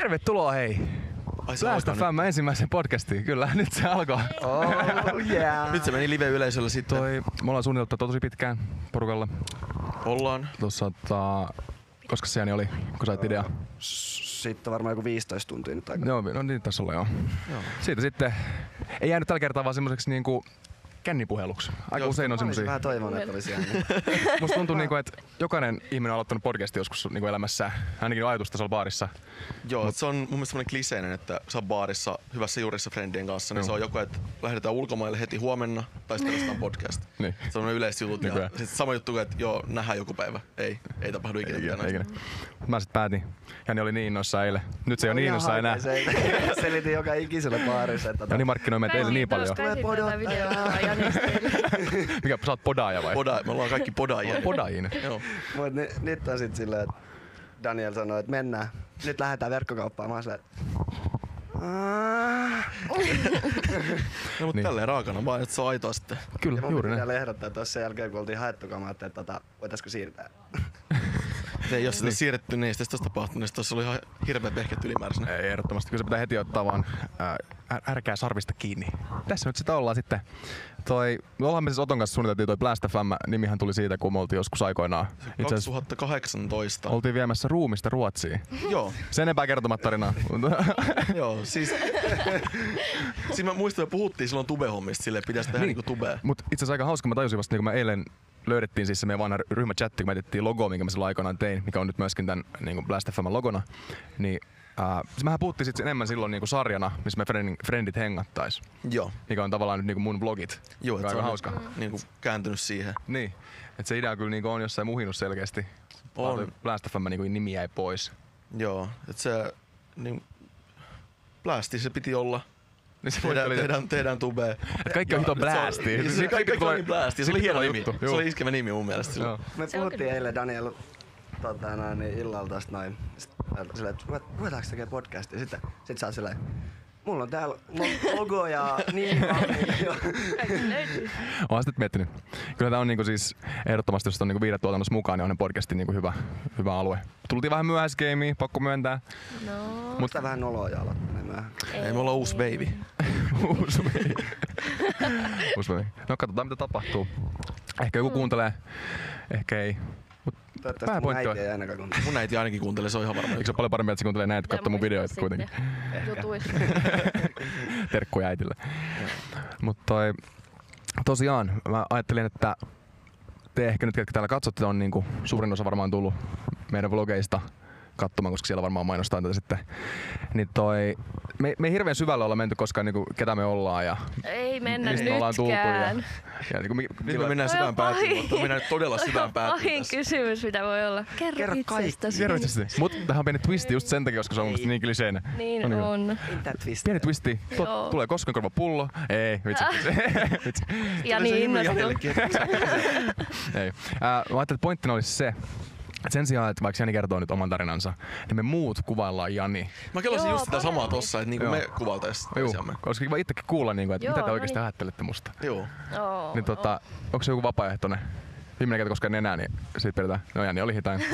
Tervetuloa hei! Ai se Läästä alkaa nyt. Femme ensimmäisen podcastiin. Kyllä, nyt se alkoi. Oh, yeah. Nyt se meni live-yleisöllä sitten. Toi, me ollaan suunniteltu tätä tosi pitkään porukalla. Ollaan. Tuossa, tota, koska se ääni oli, kun sait idea. Sitten varmaan joku 15 tuntia nyt aikaa. Joo, no niin tässä olla joo. Siitä sitten, ei jäänyt tällä kertaa vaan semmoiseksi niinku kännipuheluksi. Aika Joo, usein on Mä olisin semmoisia. vähän toivonut, että olisi jäänyt. Musta tuntuu niinku, että jokainen ihminen on aloittanut podcastin joskus niinku elämässä, ainakin ajatustasolla baarissa. Joo, Mut. se on mun mielestä semmoinen kliseinen, että sä oot baarissa hyvässä juurissa friendien kanssa, niin Joo. se on joko, että lähdetään ulkomaille heti huomenna tai sitten perustetaan podcast. Niin. Se on yleisjutut ja Nykyään. sit sama juttu kuin, että joo, nähdään joku päivä. Ei, ei tapahdu ikinä. Ikinä, mitään ikinä. Mä sit päätin. Ja ne oli niin innoissa eilen. Nyt se ei ole niin Ihan innoissa enää. haukea Se selitin joka ikisellä baarissa, että tota, Ja niin markkinoimme teille niin paljon. Tulee podottaa. Mikä sä oot podaaja vai? Poda, me ollaan kaikki podaajia. Podaajina. Joo. Mut ni, nyt on sit silleen, että Daniel sanoi, että mennään. Nyt lähdetään verkkokauppaan. Mä oon silleen, että "Ah." No, mutta Niin. niin. tälleen raakana vaan, että se on aitoa sitten. Kyllä, ja mun juuri piti näin. vielä ehdottaa tuossa sen jälkeen, kun oltiin haettu kamaa, että tota, voitaisko siirtää. Ei, jos sitä olisi siirretty, niin ei sitä olisi tapahtunut. niin Sitten olisi ollut ihan hirveä pehket ylimääräisenä. Ei ehdottomasti. Kyllä se pitää heti ottaa vaan ää, här- härkää sarvista kiinni. Tässä nyt sitä ollaan sitten. Toi, me ollaan me siis Oton kanssa suunniteltiin toi Blast FM. Nimihän tuli siitä, kun me oltiin joskus aikoinaan. Itse asiassa 2018. oltiin viemässä ruumista Ruotsiin. Joo. Sen enempää kertomatta tarinaa. Joo, siis... siis mä muistan, että puhuttiin silloin tubehommista silleen, että pitäisi tehdä niin. niinku tubea. Mutta itse asiassa aika hauska, mä tajusin vasta, niin kun mä eilen löydettiin siis se meidän vanha ry- ryhmächatti, kun me etettiin logo, minkä mä silloin aikanaan tein, mikä on nyt myöskin tämän niin kuin Blast FM logona, niin ää, siis mehän puhuttiin sitten enemmän silloin niin kuin sarjana, missä me friendin- friendit hengattais, Joo. mikä on tavallaan nyt niin kuin mun vlogit. Joo, Joka että on se aika on hauska. hauska. Niinku kääntynyt siihen. Niin, että se idea kyllä niin kuin on jossain muhinut selkeästi. On. Vaan toi Blast FM niin kuin nimi jäi pois. Joo, että se... Niin, plasti se piti olla. Niin se Tehdään, oli- tehdään, tehdään tubea. Et kaikki on hito blästi. Se, se, kaikki on niin blästi. Se oli hieno nimi. juttu. Se Juu. oli iskevä nimi mun mielestä. Joo. Joo. Me Se on puhuttiin kyllä. eilen Daniel tota, noin, niin illalla tästä noin. Sitten silleen, että ruvet- ruvetaanko tekemään podcastia? Sitten, sit sä oot silleen, mulla on täällä lo- logo ja niin Olen sitä miettinyt. Kyllä tämä on niinku siis ehdottomasti, jos on niinku viidetuotannossa mukaan, niin on ne podcastin niinku hyvä, hyvä alue. Tultiin vähän myöhäisgeimiin, pakko myöntää. No, Mutta vähän noloa ja aloittaa. Ei, me ollaan uusi baby. Uusi meni. Uusi meni. No katsotaan mitä tapahtuu. Ehkä joku kuuntelee, ehkä ei. Mut Toivottavasti mun pääpointti äiti on- ei ainakaan kun... Mun äiti ainakin kuuntelee, se on ihan varma. Eikö se ole paljon parempi, että se kuuntelee näitä, katso mun videoita kuitenkin. Jutuissa. Terkkuja äitille. Mutta tosiaan, mä ajattelin, että te ehkä nyt, ketkä täällä katsotte, on niinku, suurin osa varmaan tullut meidän vlogeista katsomaan, koska siellä varmaan mainostaa tätä sitten. Niin toi, me, me ei hirveän syvällä olla menty koskaan, niinku, ketä me ollaan ja Ei mennä mistä me ollaan tultu. Ja, No nytkään. ja niinku, mi, Nyt me mennään Toi on syvään päätyyn. pahin. mutta Me mennään nyt todella Toi syvään on pahin päätyyn tässä. kysymys, mitä voi olla. Kerro, Kerro itsestäsi. Mutta tähän on pieni twisti just sen takia, koska se on mun mielestä niin kliseinen. Niin Oliko? on. Mitä twistiä? Pieni twisti. Tuo, Joo. Äh. tulee koskenkorva pullo. Ei, vitsi. vitsi. Ja Tuli se hymyily niin innostunut. Janellekin, että Ei. Äh, mä ajattelin, että pointtina olisi se, että sen sijaan, että vaikka Jani kertoo nyt oman tarinansa, niin me muut kuvaillaan Jani. Mä kelasin Joo, just sitä paremmin. samaa tossa, että niinku Joo. me kuvaltais Juu, toisiamme. koska kiva itsekin kuulla, niin kuin, että Joo, mitä te no oikeasti niin. ajattelette musta. Joo. Joo. no. Niin tota, onko se joku vapaaehtoinen? Viimeinen kerta koskaan enää, niin siitä pidetään. No Jani oli hitain.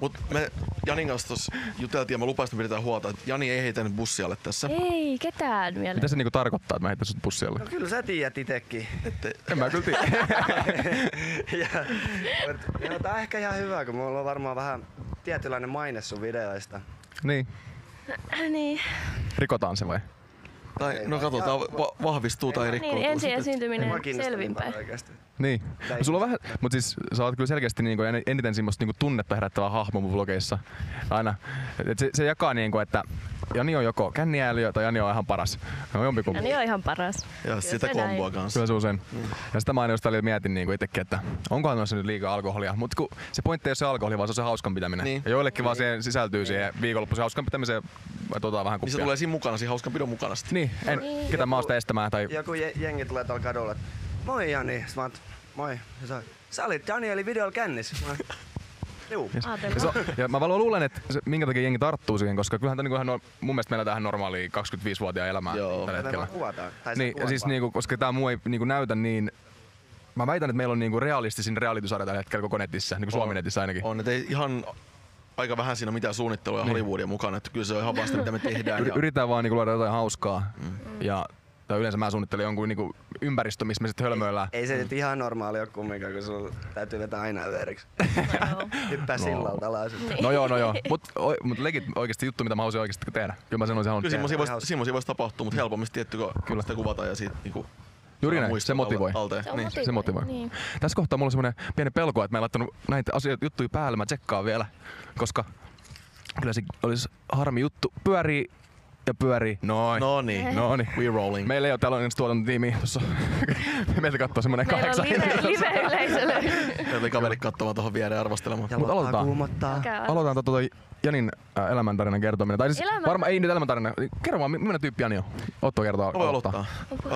Mut me Janin kanssa tossa juteltiin ja mä lupasin, että me pidetään huolta, että Jani ei heitänyt bussialle tässä. Ei ketään mieleen. Mitä se niinku tarkoittaa, että mä heitän sut pussialle? No kyllä sä tiedät itekin. En mä kyllä tiedä. ja, mut, joo, tää on ehkä ihan hyvä, kun mulla on varmaan vähän tietynlainen maine sun videoista. niin. Niin. Rikotaan se vai? Tai, no katsotaan, va- vahvistuu tai rikkoutuu. Niin, ensi sitten. esiintyminen Mua kiinnostaa niin selvinpäin. paljon oikeesti. Niin. Tai- No, sulla on vähän, mut siis sä oot kyllä selkeästi niinku en- eniten semmoista niinku tunnetta herättävää hahmoa mun vlogeissa. Aina. Et se, se jakaa niinku, että Jani on joko känniääliö tai Jani on ihan paras. No jompikumpi. Ja niin on ihan paras. Ja Kyllä sitä se komboa näin. kanssa. Kyllä se usein. Ja sitä mä aina jostain mietin niinku itsekin, että onkohan noissa nyt liikaa alkoholia. Mutta se pointti ei ole se alkoholi, vaan se on se hauskan pitäminen. Niin. Ja joillekin vaan siihen sisältyy siihen viikonloppuisen hauskan pitämiseen, että otetaan vähän Niin se kuppia. tulee siinä mukana, siinä hauskan pidon mukana sitten. Niin, en, Niin. ketä mä oon sitä estämään tai Joku je- jengi tulee tuolla kadulla, että moi Jani. Sit mä oon, moi. Ja sä, sä olit Danielin videolla kännis. Mä oon, Juu. Ja, se, Ajatellaan. ja mä vaan luulen, että se, minkä takia jengi tarttuu siihen, koska kyllähän tämä niinku ihan, no- mun mielestä meillä tähän normaali 25-vuotiaan elämää Joo. tällä Tätä hetkellä. vaan kuvataan. Tai se Niin, ja kuvataan. siis niinku, koska tämä muu ei niinku näytä niin... Mä väitän, että meillä on niinku realistisin realitysarja tällä hetkellä koko netissä, niinku Suomen netissä ainakin. On, et ei ihan aika vähän siinä on mitään suunnittelua ja Niin. Hollywoodia mukana. Että kyllä se on ihan vasta, mitä me tehdään. Yri- Ja Yritetään vaan niinku luoda jotain hauskaa. Ja, tai yleensä mä suunnittelen jonkun niinku ympäristö, missä me sitten hölmöillään. Ei se nyt ihan normaali ole kumminkaan, kun sulla täytyy vetää aina veriksi. Wow. Hyppää No. sillalta alas. No joo, no joo. Mut, oi, mut legit oikeesti juttu, mitä mä haluaisin oikeesti tehdä. Kyllä mä sen olisin halunnut tehdä. Niin. kyllä semmosia voisi, hauska. semmosia voisi tapahtua, mutta helpommin tietty, kun Kyllä. kyllä. sitä kuvataan ja siitä niinku, Juuri saa näin, muistot se motivoi. alle- Alteen. Se on Niin. Se motivoi. Niin. Tässä kohtaa mulla on semmoinen pieni pelko, että mä en laittanut näitä asioita juttuja päälle, mä tsekkaan vielä, koska kyllä se olisi harmi juttu. Pyörii ja pyörii. Noin. No niin. No niin. We rolling. Meillä ei ole täällä ensi tuotantotiimiä tuossa. Meiltä katsoo semmoinen Meillä on kahdeksan. live, live yleisölle. Meillä oli kaverit katsomaan tuohon viereen arvostelemaan. Ja Mut lotaa aloitetaan. kuumottaa. Aloitetaan tuota Janin äh, elämäntarinan kertominen. Tai siis Elämän- varmaan ei nyt elämäntarinan. Kerro vaan, mi- millainen tyyppi Jani on? Otto kertoo. Mä voin aloittaa. Öö,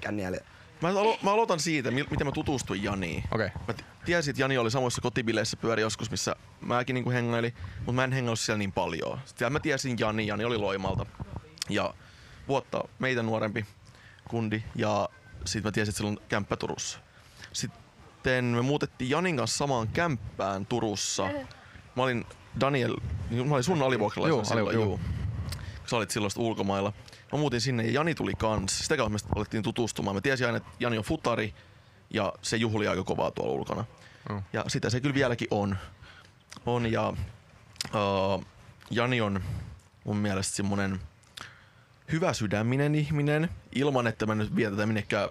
Känniäli. Mä, alo- mä aloitan siitä, mil- miten mä tutustuin Janiin. Okei. Mä t- tiesin, että Jani oli samoissa kotibileissä pyöri joskus, missä mäkin niinku hengailin, mutta mä en hengaillut siellä niin paljon. Sitten mä tiesin Jani, Jani oli Loimalta. Ja vuotta meitä nuorempi kundi, ja sit mä tiesin, että sillä on kämppä Turussa. Sitten me muutettiin Janin kanssa samaan kämppään Turussa. Mä olin Daniel, mä olin sun alivuokralaisena Joo, silloin, alivu- juu. juu. Kun sä olit silloin sit ulkomailla. Mä muutin sinne ja Jani tuli kans. Sitä kautta me sit alettiin tutustumaan. Mä tiesin aina, että Jani on futari ja se juhli aika kovaa tuolla ulkona. Mm. Ja sitä se kyllä vieläkin on. On ja uh, Jani on mun mielestä semmonen hyvä sydäminen ihminen, ilman että mä nyt vietetään minnekään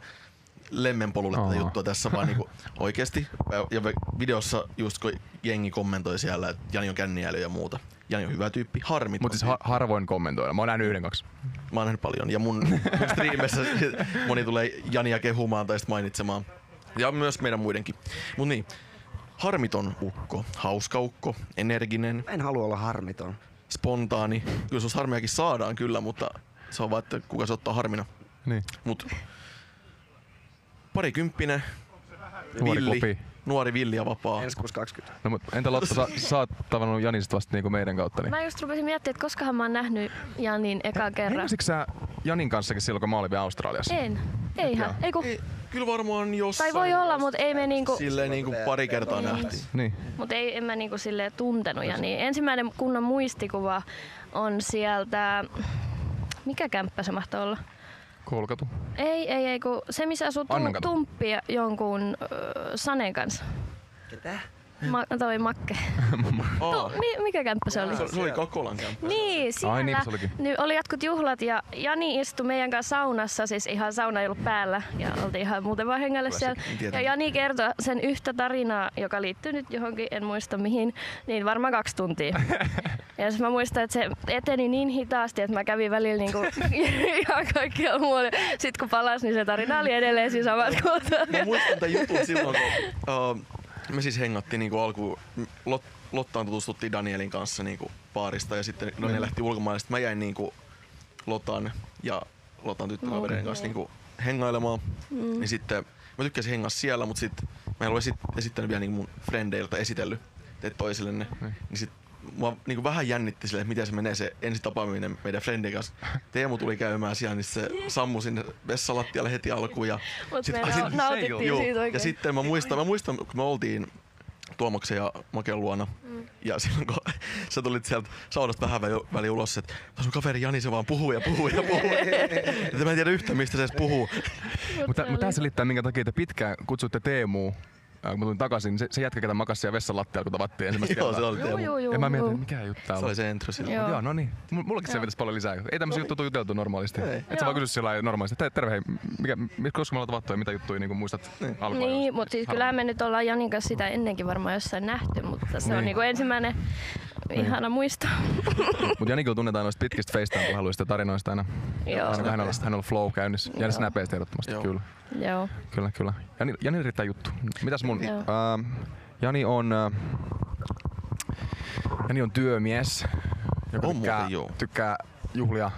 lemmenpolulle tätä Aa. juttua tässä, vaan niinku oikeesti. Ja- Ja ve- videossa just kun jengi kommentoi siellä, että Jani on känniäly ja muuta. Jani on hyvä tyyppi, harmi. Mutta siis ha- harvoin kommentoida. Mä oon nähnyt yhden kaksi. Mä oon nähnyt paljon. Ja mun, mun striimissä moni tulee Jania kehumaan tai sit mainitsemaan. Ja myös meidän muidenkin. Mut niin, harmiton ukko, hauska ukko, energinen, Mä en halua olla harmiton. spontaani. Kyllä sus harmiakin saadaan kyllä, mutta se on vaan, että kuka se ottaa harmina. Niin. Mut parikymppinen, Nuori villi, kopi. nuori villi ja vapaa. Ensi kuusi 20. No mut entä Lotta, sä, sä oot tavannut Janin sit vasta niinku meidän kautta. Niin. Mä just rupesin miettimään, että koskahan mä oon nähnyt Janin eka kerran. Hengasitko sä Janin kanssakin silloin, kun mä olin vielä Australiassa? En. Eihän. Ei kun. Ei, kyllä varmaan jossain. Oh. Tai voi olla, mut ei me niinku... Silleen niinku pari kertaa nähtiin. Niin. Mut ei en mä niinku silleen tuntenut ja niin. Ensimmäinen kunnon muistikuva on sieltä... Mikä kämppä se mahtoi olla? Koulukatu. Ei, ei, ei, kun se missä asuu Annan tu- katu. Tumppi ja jonkun äh, Sanen kanssa. Ketä? Ma- toi Makke. Aa, Tu- mi- mikä kämppä se oli? se, se oli Kakolan kämppä. Niin, siellä Ai niin, se olikin. niin, oli jatkut juhlat ja Jani istui meidän kanssa saunassa, siis ihan sauna ei ollut päällä ja oltiin ihan muuten vaan hengällä siellä. Ja tietenkin. Jani kertoi sen yhtä tarinaa, joka liittyy nyt johonkin, en muista mihin, niin varmaan kaksi tuntia. ja siis mä muistan, että se eteni niin hitaasti, että mä kävin välillä niinku ihan kaikkialla muualla. Sitten kun palas, niin se tarina oli edelleen siis samat kohtaa. Mä muistan tämän jutun silloin, kun uh, me siis hengattiin niinku alkuun. Lot, Lottaan tutustuttiin Danielin kanssa niinku baarista ja sitten Daniel lähti ulkomaille. Sitten mä jäin niinku Lotan ja Lotan tyttökavereiden kanssa niinku hengailemaan. Niin sitten mä tykkäsin hengaa siellä, mutta sitten mä en ollut esit- esittänyt vielä niinku mun frendeiltä esitellyt teet toisillenne. Niin sit mua niinku vähän jännitti sille, että miten se menee se ensi tapaaminen meidän friendin kanssa. Teemu tuli käymään siellä, niin se sammui sinne vessalattialle heti alkuun. Ja Mutta me ai na- nautittiin Joo, siitä ja oikein. sitten mä muistan, mä muistan, kun me oltiin Tuomaksen ja Maken luona. Mm. Ja silloin kun sä tulit sieltä saunasta vähän väli- väliin ulos, että "Tuo sun kaveri Jani se vaan puhuu ja puhuu ja puhuu. että mä en tiedä yhtään mistä se edes puhuu. Mutta se mut oli- tähän selittää, minkä takia te pitkään kutsutte Teemuu. Äh, Kun mä tulin takaisin, niin se, se jätkä, ketä makasi siellä vessan lattialla, kun tavattiin ensimmäistä Joo, se oli Joo, Teemu. joo, joo. en mä mietin, joo. mikä juttu tää Se oli. oli se intro silloin. Joo. Joo, no niin. M- Mullakin se Joo. pitäisi paljon lisää. Ei tämmöisiä juttuja tule juteltu normaalisti. Ei. Et sä vaan Joo. kysy sillä lailla normaalisti. että Terve, hei, mikä, mi- koska me ollaan tavattu ja mitä juttuja niin muistat alkuajoista? Niin, mutta siis Harvoin. kyllähän me nyt ollaan Janin kanssa sitä ennenkin varmaan jossain nähty, mutta se Niin. on niinku ensimmäinen ihana muisto. Mut Jani kyllä tunnetaan noista pitkistä FaceTime-puheluista ja tarinoista aina. Joo. Aina kun hän on, hän on flow käynnissä. Jani Joo. snäpeistä ehdottomasti, Joo. kyllä. Joo. Kyllä, kyllä. Jani, Jani riittää juttu. Mitäs mun? Joo. Ähm, Jani on... Äh, Jani on työmies, joka On tykkää, muuten, joo. tykkää juhlia.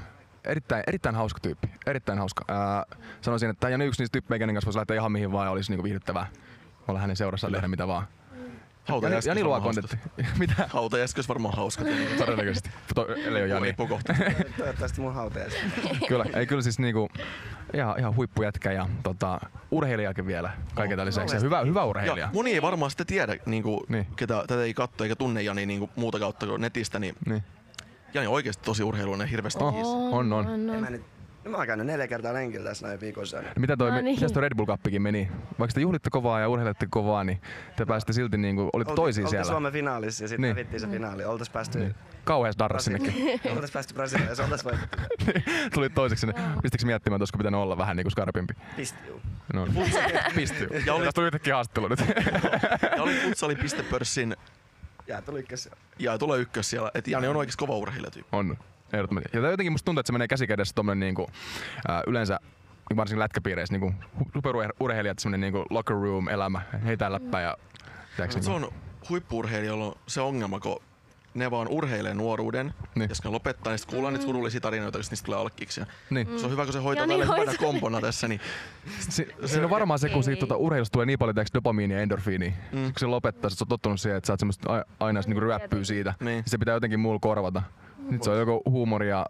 Erittäin, erittäin hauska tyyppi. Erittäin hauska. Äh, sanoisin, että Jani on yksi niistä tyyppejä, kenen kanssa voisi lähteä ihan mihin vaan ja olisi niinku viihdyttävää olla hänen seurassaan tehdä mitä vaan. Jani, Hautajaiskes Jani luo kontentti. Mitä? Hautajaiskes varmaan hauska. Todennäköisesti. To, ellei ole Jani. Riippuu kohta. Toivottavasti mun hautajaiset. kyllä, ei kyllä siis niinku, ihan, ihan huippujätkä ja tota, urheilijakin vielä kaiken tämän lisäksi. Ja Hyvä, hyvä urheilija. No, Ja moni ei varmaan sitä tiedä, niinku, Niin. niin. ketä tätä ei katso eikä tunne Jani niinku, muuta kautta kuin netistä, niin Niin. Jani on oikeasti tosi urheilullinen hirveästi. Oh. Oh. On, on. En Mä nyt, no mä oon käynyt neljä kertaa lenkillä tässä näin viikon säännön. Mitä toi, No no niin. niin. toi Red Bull Cupikin meni? Vaikka te juhlitte kovaa ja urheilette kovaa, niin te pääsitte silti niinku, olitte toisiin siellä. Suomen finaalissa ja sitten Niin. hävittiin se finaali. Oltais päästy Niin. Kauheas darra sinnekin. Oltais päästy Brasiliaan, se oltais voitu. Tuli toiseksi sinne. Pistikö miettimään, että olisiko pitänyt olla vähän niinku skarpimpi? Pisti juu. No. Pistyy. Ja Ja oli- oli... Tästä tuli yhtäkkiä haastattelu nyt. Ja oli futsali.pörssin Jää tuli ykkös. ja tulee ykkös siellä. Et Jani on oikeasti kova urheilijatyyppi. on. Ehdottomasti. Ja tää jotenkin musta tuntuu, että se menee käsi kädessä tommonen niinku, äh, yleensä niinku varsinkin lätkäpiireissä niinku hu- superurheilijat semmonen niinku locker room elämä, heitää läppää ja tiedätkö, Mut se niinku- on huippuurheilijoilla on se ongelma, kun ne vaan urheilee nuoruuden. Niin. Niin. Jos ne lopettaa, niin sit kuullaan niitä surullisia tarinoita, koska niistä tulee alkiksia. Niin. Se on hyvä, kun se hoitaa Mm. Jani tällä hyvänä hoitaa kompona tässä, niin Si- siinä on varmaan se, kun siitä Ei. tuota, urheilusta tulee niin paljon tiedätkö, dopamiinia ja endorfiinia. Mm. Kun se lopettaa, sit sä oot tottunut siihen, että sä oot semmoista ai- aina niinku räppyy siitä. Niin. Niin. Se pitää jotenkin muulla korvata. Nyt se on joko huumori ja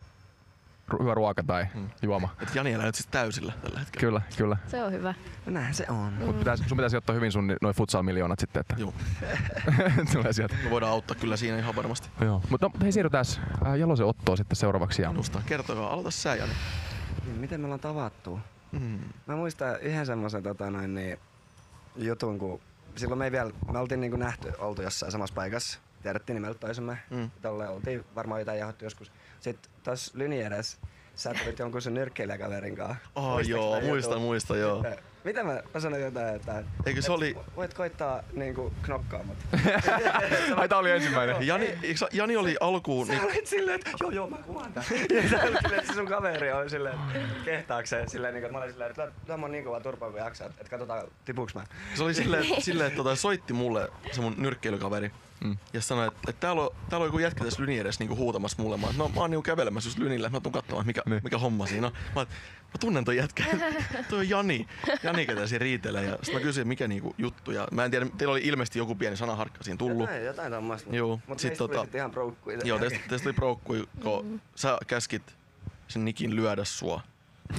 ru- hyvä ruoka tai mm. juoma. et Jani elää nyt siis täysillä tällä hetkellä. Kyllä, kyllä. Se on hyvä. No näinhän se on. Mut pitäis, sun pitäisi ottaa hyvin sun ni- noi futsal-miljoonat sitten, että Joo, tulee sieltä. me voidaan auttaa kyllä siinä ihan varmasti. Joo. Mutta no, hei, siirrytään äh, Jalosen Ottoon sitten seuraavaksi. Ja... Minusta. Kertokaa, aloita sä Jani. Niin, miten me ollaan tavattu? Mm. Mä muistan yhden semmoisen tota, noin, niin, jutun, kun silloin me ei vielä, me oltiin niin nähty, oltu jossain samassa paikassa. Tiedettiin nimeltä toisemme. Mm. Mm. Tolle oltiin varmaan jotain jahottu joskus. Sitten taas Lyni edes, sä tulit jonkun sun nyrkkeilijäkaverin kanssa. Oh, Muistaaks joo, tää jutun? muistan, muistan, joo. Sitten- Eh, Mitä mä, mä sanoin jotain, että... Eikö se et oli- Voit koittaa niinku knokkaa mut. Ai, tää oli ensimmäinen. Jani, eiks sä- Jani oli alkuun, niin Sä olit silleen, että joo joo mä kuvaan tän. Ja sä olit silleen, että se sun kaveri on silleen, että kehtaakseen silleen, niin kuin, mä olin silleen, että tää- tää mä oon niin kova turpa kuin jaksaa, että katsotaan tipuks mä. Se oli silleen, että, silleen, että tota, soitti mulle se mun nyrkkeilykaveri. Mm. Ja sanoi, että, että täällä, on, täällä on joku jätkä tässä lyni edessä niinku huutamassa mulle. Mä oon, että no mä oon niinku kävelemässä just lynillä, mä tuun katsomaan, mikä, Niin. mikä homma siinä on. Mä, oon, että mä tunnen ton jätkän. toi on Jani. Jani, ketä siinä riitelee. Ja sit mä kysyin, mikä niinku juttu. Ja mä en tiedä, teillä oli ilmeisesti joku pieni sanaharkka siinä tullut. Jotain, jotain tommoista. Joo, Mut sit sit tota... tota- Sit ihan proukkuja. Joo, tästä, tästä tuli proukkui, kun sä käskit sen Nikin lyödä sua.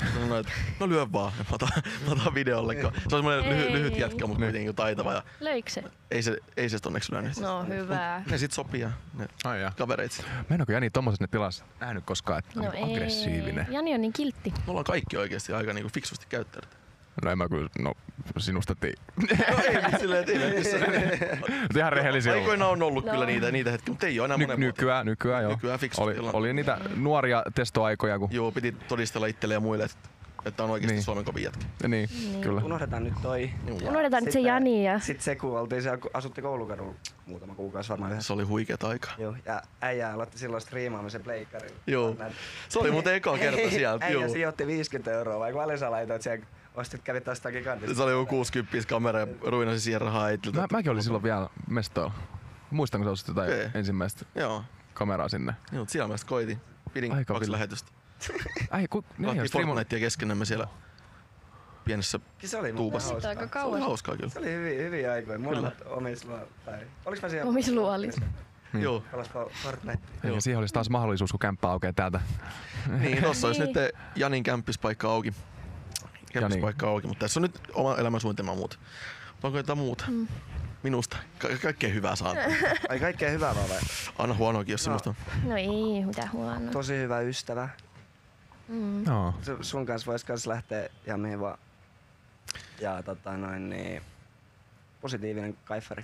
Mä sanoin, että no lyö vaan, mä otan, mä otan videolle. kun- Se on semmoinen lyhy, Ei. lyhyt jätkä, mutta kuitenkin taitava. Ja Löikö se? ei se, ei se sit onneksi lyönyt. No hyvä. Ne sit sopii ja ne Ai jaa. kavereit. sit. Mä en oo kyllä Jani tommoset ne tilas nähnyt koskaan, että No no ei. aggressiivinen. Jani on niin kiltti. Me ollaan kaikki oikeesti aika niinku fiksusti käyttäydytty. No en mä kyllä, no sinusta tii. No ei nyt silleen, et ei nyt missään. Mut ihan rehellisiä olla. Aikoinaan on ollut No. kyllä niitä, niitä hetkiä, mutta ei oo enää Ny- monen vuoteen. nykyään, nykyään, joo. Nykyään fiksusti oli, ollaan. oli niitä nuoria testoaikoja, kun... Joo, piti todistella itselle ja muille, että, että on oikeesti Niin. Suomen kovin jätkä. Niin, kyllä. Unohdetaan nyt toi. Juu. Unohdetaan nyt se Jani ja... Sitten se, kun oltiin siellä, kun asutti koulukadulla muutama kuukausi varmaan yhdessä. Se oli huikeet aika. Joo, ja äijä aloitti silloin striimaamisen pleikkarilla. Joo. Se oli muuten eka kerta sieltä. Äijä juu. sijoitti 50 euroa, vai paljon sä laitoit siellä, ostit, kävit tästä gigantista. Se oli joku 60 kamera ja ruinasi siihen rahaa Mä, itseltä. mäkin olin silloin vielä mestoilla. Muistan, kun sä ostit jotain Okei. ensimmäistä Joo, kameraa sinne. joo siellä mä sitten koitin. Pidin Aika Niin, kaksi villi. lähetystä. Ai, ku, ne ei oo Pelattiin striimannut. Fortnitea keskenämme siellä pienessä. Se oli muuten Tuupas. Siitä aika hauskaa. Se oli kauan. hauskaa kyllä. Se oli hyviä, hyviä aikoja. Molemmat omisluo... Tai... Oliks mä siellä? Omisluolissa. Niin. Joo. Pelas Fortnite. Eikä Niin, siihen olisi taas mahdollisuus, kun kämppä aukeaa täältä. Niin, tossa olisi nyt Niin. eh, Janin kämppispaikka auki. Kämppispaikka auki, mutta tässä on nyt oma elämänsuunnitelma ja muuta. Onko jotain muuta? Mm. Minusta. Ka- kaikkea hyvää saa. Ai kaikkea hyvää vaan vai? Anna huonoakin, jos semmoista on. No ei, mitä huonoa. Tosi hyvä ystävä. Mm. Joo. Su- Sun kanssa vois kans lähteä ja mihin vaan. Ja tota noin niin... Positiivinen kaifari.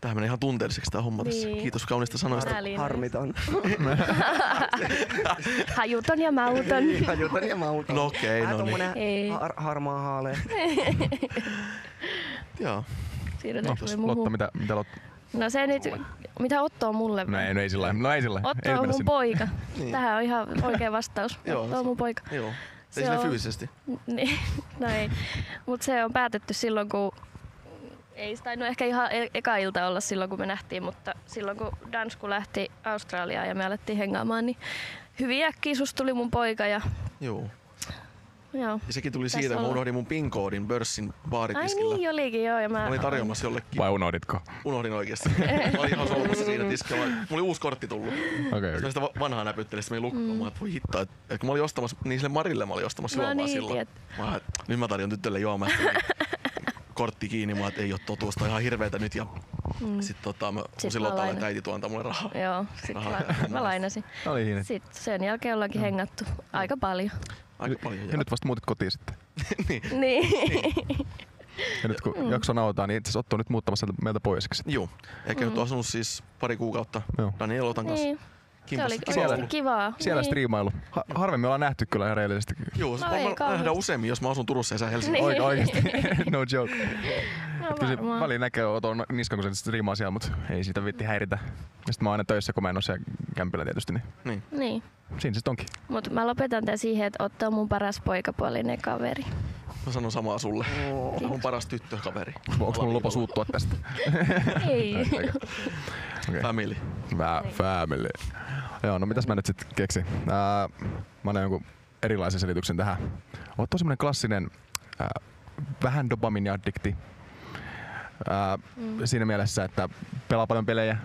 Tähän menee ihan tunteelliseksi tämä homma tässä. Niin. Kiitos kaunista sanoista. Älä liina. Harmiton. Hajuton ja mauton. Niin. Hajuton ja mauton. No okei, niin Vähän no niin. tommonen Ei. Har- harmaa haale. Joo. Siirrytäänkö me No, Lotta, muuhun? mitä, mitä Lotta? No se nyt, mitä Otto on mulle? No ei, no ei sillä lailla. No ei sillä lailla. Otto Ei on mennä mun sinne. poika. Niin. Tähän on ihan oikea vastaus. Joo, Otto se- on mun poika. Joo. Se Ei se on- fyysisesti. Niin, no ei. Mut se on päätetty silloin, kun... Ei sitä no ehkä ihan e- eka ilta olla silloin, kun me nähtiin, mutta silloin kun Dansku lähti Australiaan ja me alettiin hengaamaan, niin hyvin äkkiä susta tuli mun poika ja Joo. Joo. Ja sekin tuli Pitäis siitä, että mä olla. unohdin mun PIN-koodin börssin Ai baaritiskillä. niin, jo olikin joo. Ja Mä mä, olin tarjoamassa jollekin. Vai unohditko? Unohdin oikeesti. Mä olin ihan solmussa siinä tiskillä. Mulla oli uusi kortti tullut. Okei, Sitten okei. mä sitä va- vanhaa näpyttelin, sitten meni lukkoon. Mä oon, että voi hittaa. Et, et kun mä olin ostamassa, niin sille Marille mä olin ostamassa No juomaa niin, silloin. tiet. Mä oon, että nyt mä tarjon tytölle juomaa. Sitten kortti kiinni, mä oon, että ei oo totuus, tää on ihan hirveetä nyt. Ja mm. sit tota, mä Sit sit silloin mä täällä, lainan. että äiti tuo antaa mulle rahaa. Joo, sit Rahaa mä, käytän mä lainasin. No oli Niin. siinä. Sitten sen jälkeen ollaankin hengattu aika paljon. Aika paljon. Ja nyt vasta muutit kotiin sitten. niin. Niin. Ja nyt kun jakso nauhoitetaan, niin itse asiassa Otto on nyt muuttamassa meiltä pois. sitten. Juu. Eikä mm. nyt asunut siis pari kuukautta Joo. Daniel Otan kanssa. niin. Se Kimpassa. oli Kiva Siellä- oikeasti ollut. kivaa. Siellä niin. striimailu. Ha- harvemmin ollaan nähty kyllä ihan reellisesti. Joo, No no ei mä nähdään kauheasti. useammin, jos mä asun Turussa ja sä Helsingissä. Oike, Niin. oikeesti. no joke. No, Kyllä se varmaan. väliin näkee oton niskan, kun se striimaa siellä, mutta ei siitä vitti häiritä. Ja sit mä oon aina töissä, kun mä en oo siellä kämpillä tietysti, niin Niin. Niin. siinä se sit onkin. Mutta mä lopetan tämän siihen, että Otto on mun paras poikapuolinen kaveri. Mä sanon samaa sulle. Mun paras tyttökaveri. niinku Onks mulla lupa suuttua tästä? Ei. Okei. Family. Vää, family. Joo, no mitäs mä nyt sit keksin? Ää, mä annan jonkun erilaisen selityksen tähän. Otto on semmonen klassinen ää, Äh, vähän dopaminiaddikti. Ää, mm. Siinä mielessä, että pelaa paljon pelejä,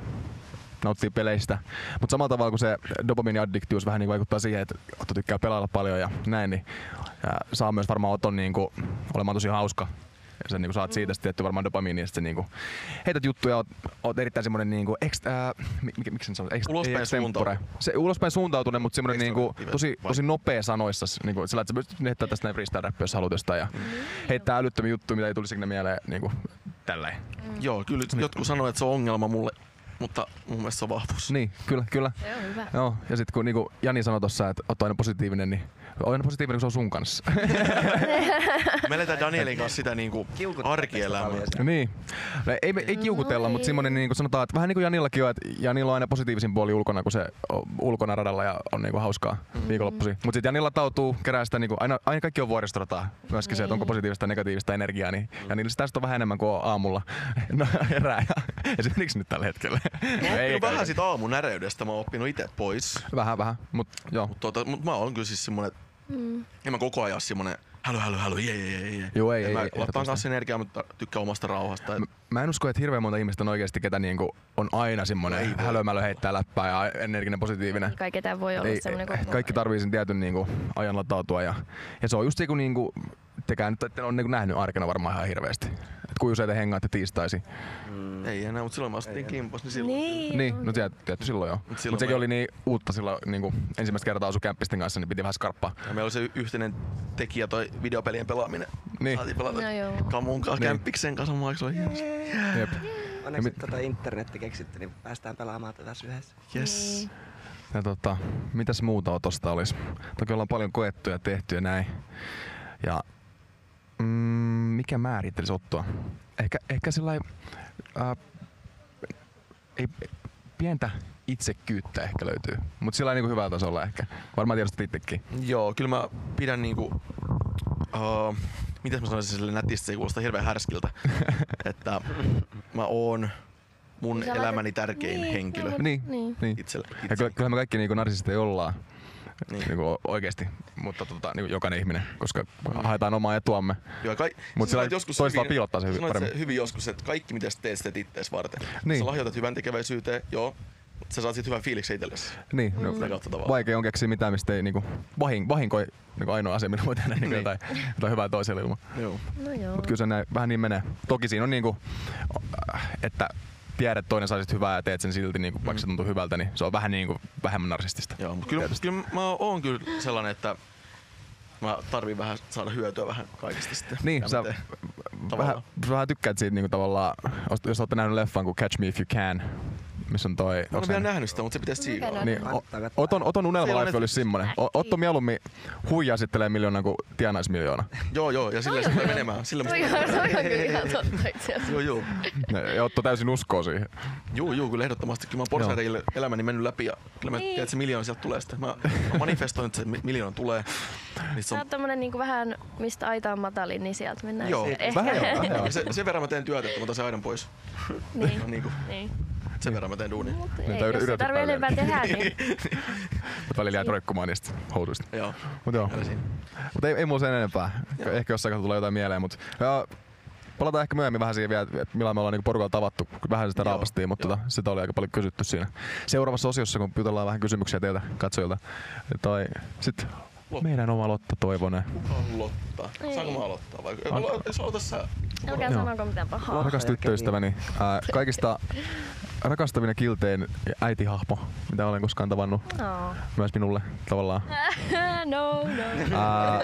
nauttii peleistä. Mutta samalla tavalla kuin se dopaminiaddiktius vähän niin vaikuttaa siihen, että Otto tykkää pelailla paljon ja näin, niin ää, saa myös varmaan Oton niin kuin, olemaan tosi hauska. Ja sä niin kuin, saat siitä sitten tietty varmaan dopamiinia ja sitten niin kuin, heität juttuja, oot, oot erittäin semmoinen niin kuin, ex, ää, mi, mi- miksi sen sanoo? Ex, Ulospäin ei extempore. suuntautunut. Se ulospäin suuntautunut, mutta semmoinen niin kuin, Extrovertti tosi, vai- tosi nopea sanoissa. Niin kuin, sillä, että sä pystyt heittämään tästä näin freestyle rappia, jos haluat jostain. Ja heittää älyttömiä juttuja, mitä ei tulisi ikinä mieleen. Niin kuin, tälleen. Joo, kyllä Niin. jotkut sanoo, että se on ongelma mulle, mutta mun mielestä se on vahvuus. Niin, kyllä, kyllä. Se on hyvä. Joo, ja sitten kun niinku Jani sanoi tossa, että oot aina positiivinen, niin oot aina positiivinen, kun se on sun kanssa. Me eletään Danielin kanssa sitä niinku Kiukutaan arkielämää. tässä paljon. niin. No, ei, me- ei kiukutella, No mutta ei. semmoinen niinku sanotaan, että vähän niin kuin Janillakin on, että Janilla on aina positiivisin puoli ulkona, kun se on ulkona radalla ja on niinku hauskaa Mm. viikonloppuisin. Mutta sitten Janilla tautuu, kerää sitä, niinku, aina, aina kaikki on vuoristorataa. Myöskin se, että Niin. onko positiivista ja negatiivista energiaa, niin Janilla sitä sitten on vähän enemmän kuin on aamulla. No herää ja, ja sit, miksi nyt tällä hetkellä? No, Ei, kai. vähän siitä aamun näreydestä mä oon oppinut itse pois. Vähän, vähän, mutta joo. Mutta tota, mut mä oon kyllä siis semmonen, Mm. en mä koko ajan semmonen häly, häly, häly, jee, jee, jee, jee. Joo, ei, En ei, Mä ei, lataan ehdottomasti. kanssa energiaa, mutta tykkään omasta rauhasta. M- Mä en usko, että hirveän monta ihmistä on oikeasti, ketä niinku on aina Ei semmoinen voi. hälömälö heittää läppää ja energinen positiivinen. Kai ketään voi olla Ei- semmoinen koko eh, kaikki tarvii sen tietyn niinku ajan latautua ja, ja se on just se, kun niinku, tekään nyt on niinku nähnyt arkena varmaan ihan hirveästi. Et kuin usein te hengaatte tiistaisin. Mm. Ei enää, mutta silloin mä asuttiin kimpas, niin silloin. Niin. Niin, no tiet- tietty silloin joo. Mut Mutta silloin Mut sekin mä- oli niin uutta silloin niinku, ensimmäistä kertaa asu kämppisten kanssa, niin piti vähän skarppaa. Ja meillä oli se y- yhteinen tekijä, toi videopelien pelaaminen. Niin. Saatiin pelata No joo. kamun kanssa, Niin. kämppiksen kanssa samaan aikaan. Se oli hieno. Jep. Onneksi mit- mit... tota internetti keksitte, niin päästään pelaamaan tätä yhdessä. Yes. Niin. Ja tota, mitäs muuta otosta olisi? Toki ollaan paljon koettu ja tehty ja näin. Ja mm, mikä määrittelisi ottoa? Ehkä, ehkä sillä äh, ei, pientä itsekyyttä ehkä löytyy, mutta sillä niinku hyvällä tasolla ehkä. Varmaan tiedostat itsekin. Niin. Joo, kyllä mä pidän niinku... Uh, mitäs mä sanoisin sille nätisti, se ei kuulosta hirveän härskiltä. että mä oon mun Niin Sä elämäni laitat- tärkein Niin, henkilö joo, Niin, Niin. niin. niin. itselle. Ja kyllä, itselle. kyllähän me kaikki niinku narsisteja ollaan. Niin. Niin. Niinku oikeesti, mutta tota, niinku jokainen ihminen, koska haetaan omaa etuamme. Joo, kai, Mut sä sillä sanoit joskus toiset vaan hyvin- piilottaa sen hyvin sanoit paremmin. hyvin joskus, että kaikki mitä sä teet, sä teet ittees varten. Niin. Niin. Sä lahjoitat hyvän tekeväisyyteen, joo. Sä saat siitä hyvän fiiliksen itsellesi. Niin, no, Sitä kautta tavallaan. vaikea on keksiä mitään, mistä ei niinku, vahin, vahinko ei niinku ainoa asia, millä voi tehdä niinku Niin. niin. jotain, jotain, hyvää toiselle ilman. Joo. No joo. Mut kyllä se näin, vähän niin menee. Toki siinä on niinku, äh, että tiedät, toinen saa sit hyvää ja teet sen silti, niinku, vaikka se tuntuu hyvältä, niin se on vähän niinku vähemmän narsistista. Mm. Joo, mutta kyllä, kyllä mä oon kyllä sellainen, että mä tarvin vähän saada hyötyä vähän kaikesta sitten. Niin, Ja sä miten- vähän, tavallaan. sä vähän tykkäät siitä niinku tavallaan, ost- jos olette nähnyt leffan kuin Catch Me If You Can, missä on toi... Mä onks en vielä nähnyt? nähnyt sitä, mutta se pitäisi Mä en siivota. nähnyt. Niin, o- Kannattaa katsoa. Oton, Oton Siellä on unelmalaifi Netflix. olisi semmonen. O- Otto mieluummin huijaa sitten miljoonaa kuin tienaisi miljoonaa. Joo, joo, ja sillä se tulee menemään. Sillä Toi musta- on, toi on kyllä ihan totta itse asiassa. Joo, joo. Ja- Ja Otto täysin uskoo siihen. Joo, joo, kyllä ehdottomasti. Kyllä mä oon porsareille elämäni mennyt läpi ja kyllä mä Niin. tiedän, että se miljoona sieltä tulee sitten. Mä, mä manifestoin, että se mi- miljoona tulee. Niin se Sä on, oot tommonen niinku vähän, mistä aita on matalin, niin sieltä mennään. Joo. ehkä. Vähän joo, vähän joo. ja se, sen verran mä teen työtä, että mä otan sen aidan pois. Niin. No, niin kuin. niin. Sen verran mä teen duunia. Mutta Niin, ei, tai jos ei yritetään tarvitse vielä. enempää tehdä, niin Mutta välillä jäät roikkumaan niistä housuista. Joo. Mut joo. Älä siinä. Mutta ei, ei mulla sen enempää. Joo. Ehkä jossain kohtaa tulee jotain mieleen, mutta palataan ehkä myöhemmin vähän siihen vielä, että millä me ollaan niinku porukalla tavattu. kun Vähän sitä Joo, raapastiin, mutta joo. tota, sitä oli aika paljon kysytty siinä. Seuraavassa osiossa, kun jutellaan vähän kysymyksiä teiltä katsojilta. Tai sitten Lotta. meidän oma Lotta Toivonen. Kuka aloittaa? Ei. Saanko mä aloittaa vai? An- Alo- Ota sä. älkää Joo. sanoko mitään pahaa. No. Rakas jälkeen tyttöystäväni, ää, kaikista rakastavin ja kiltein äitihahmo, mitä olen koskaan tavannut. No, Myös minulle tavallaan. no, no. Ää,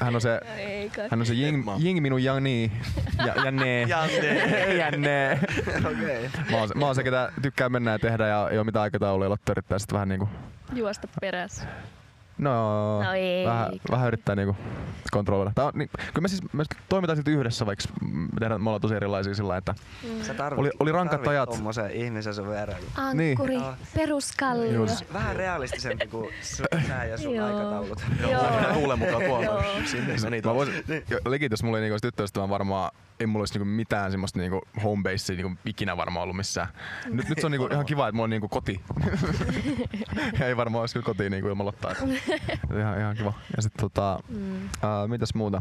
hän on se, Ei kai. hän on se jing, Emma. jing minun Jani. Ja, jänne. Jänne. jänne. Okei. Mä oon, se- mä oon se, ketä tykkää mennä ja tehdä ja ei oo mitään aikatauluja. Lotta yrittää sit vähän niinku... Juosta perässä. No, No ei vähän, kai. vähän yrittää niinku kontrolloida. Tää on, niin, kyllä me siis me toimitaan silti yhdessä, vaikka me, tehdään, me ollaan tosi erilaisia sillä lailla, että Sä tarvit, Oli- oli rankat tarvit ajat. tommosen ihmisen sun vierellä. Ankkuri, Joo. peruskallio. Niin. Just. Vähän realistisempi kuin su- sä ja sun Joo. aikataulut. Joo. Mä tuulen mukaan tuolla. Joo. Sinne meni Mä tuolla. voisin, jo- legit, jos mulla ei niinku olisi tyttöystävää varmaan, ei mulla olisi niinku mitään semmoista niinku home basea niinku ikinä varmaan ollut missään. Nyt, nyt se on niinku ihan kiva, että mulla on niinku koti. ja ei varmaan olisi kyllä kotiin niinku ilman lottaa. ihan, ihan kiva. Ja sit tota, mm. ää, mitäs muuta?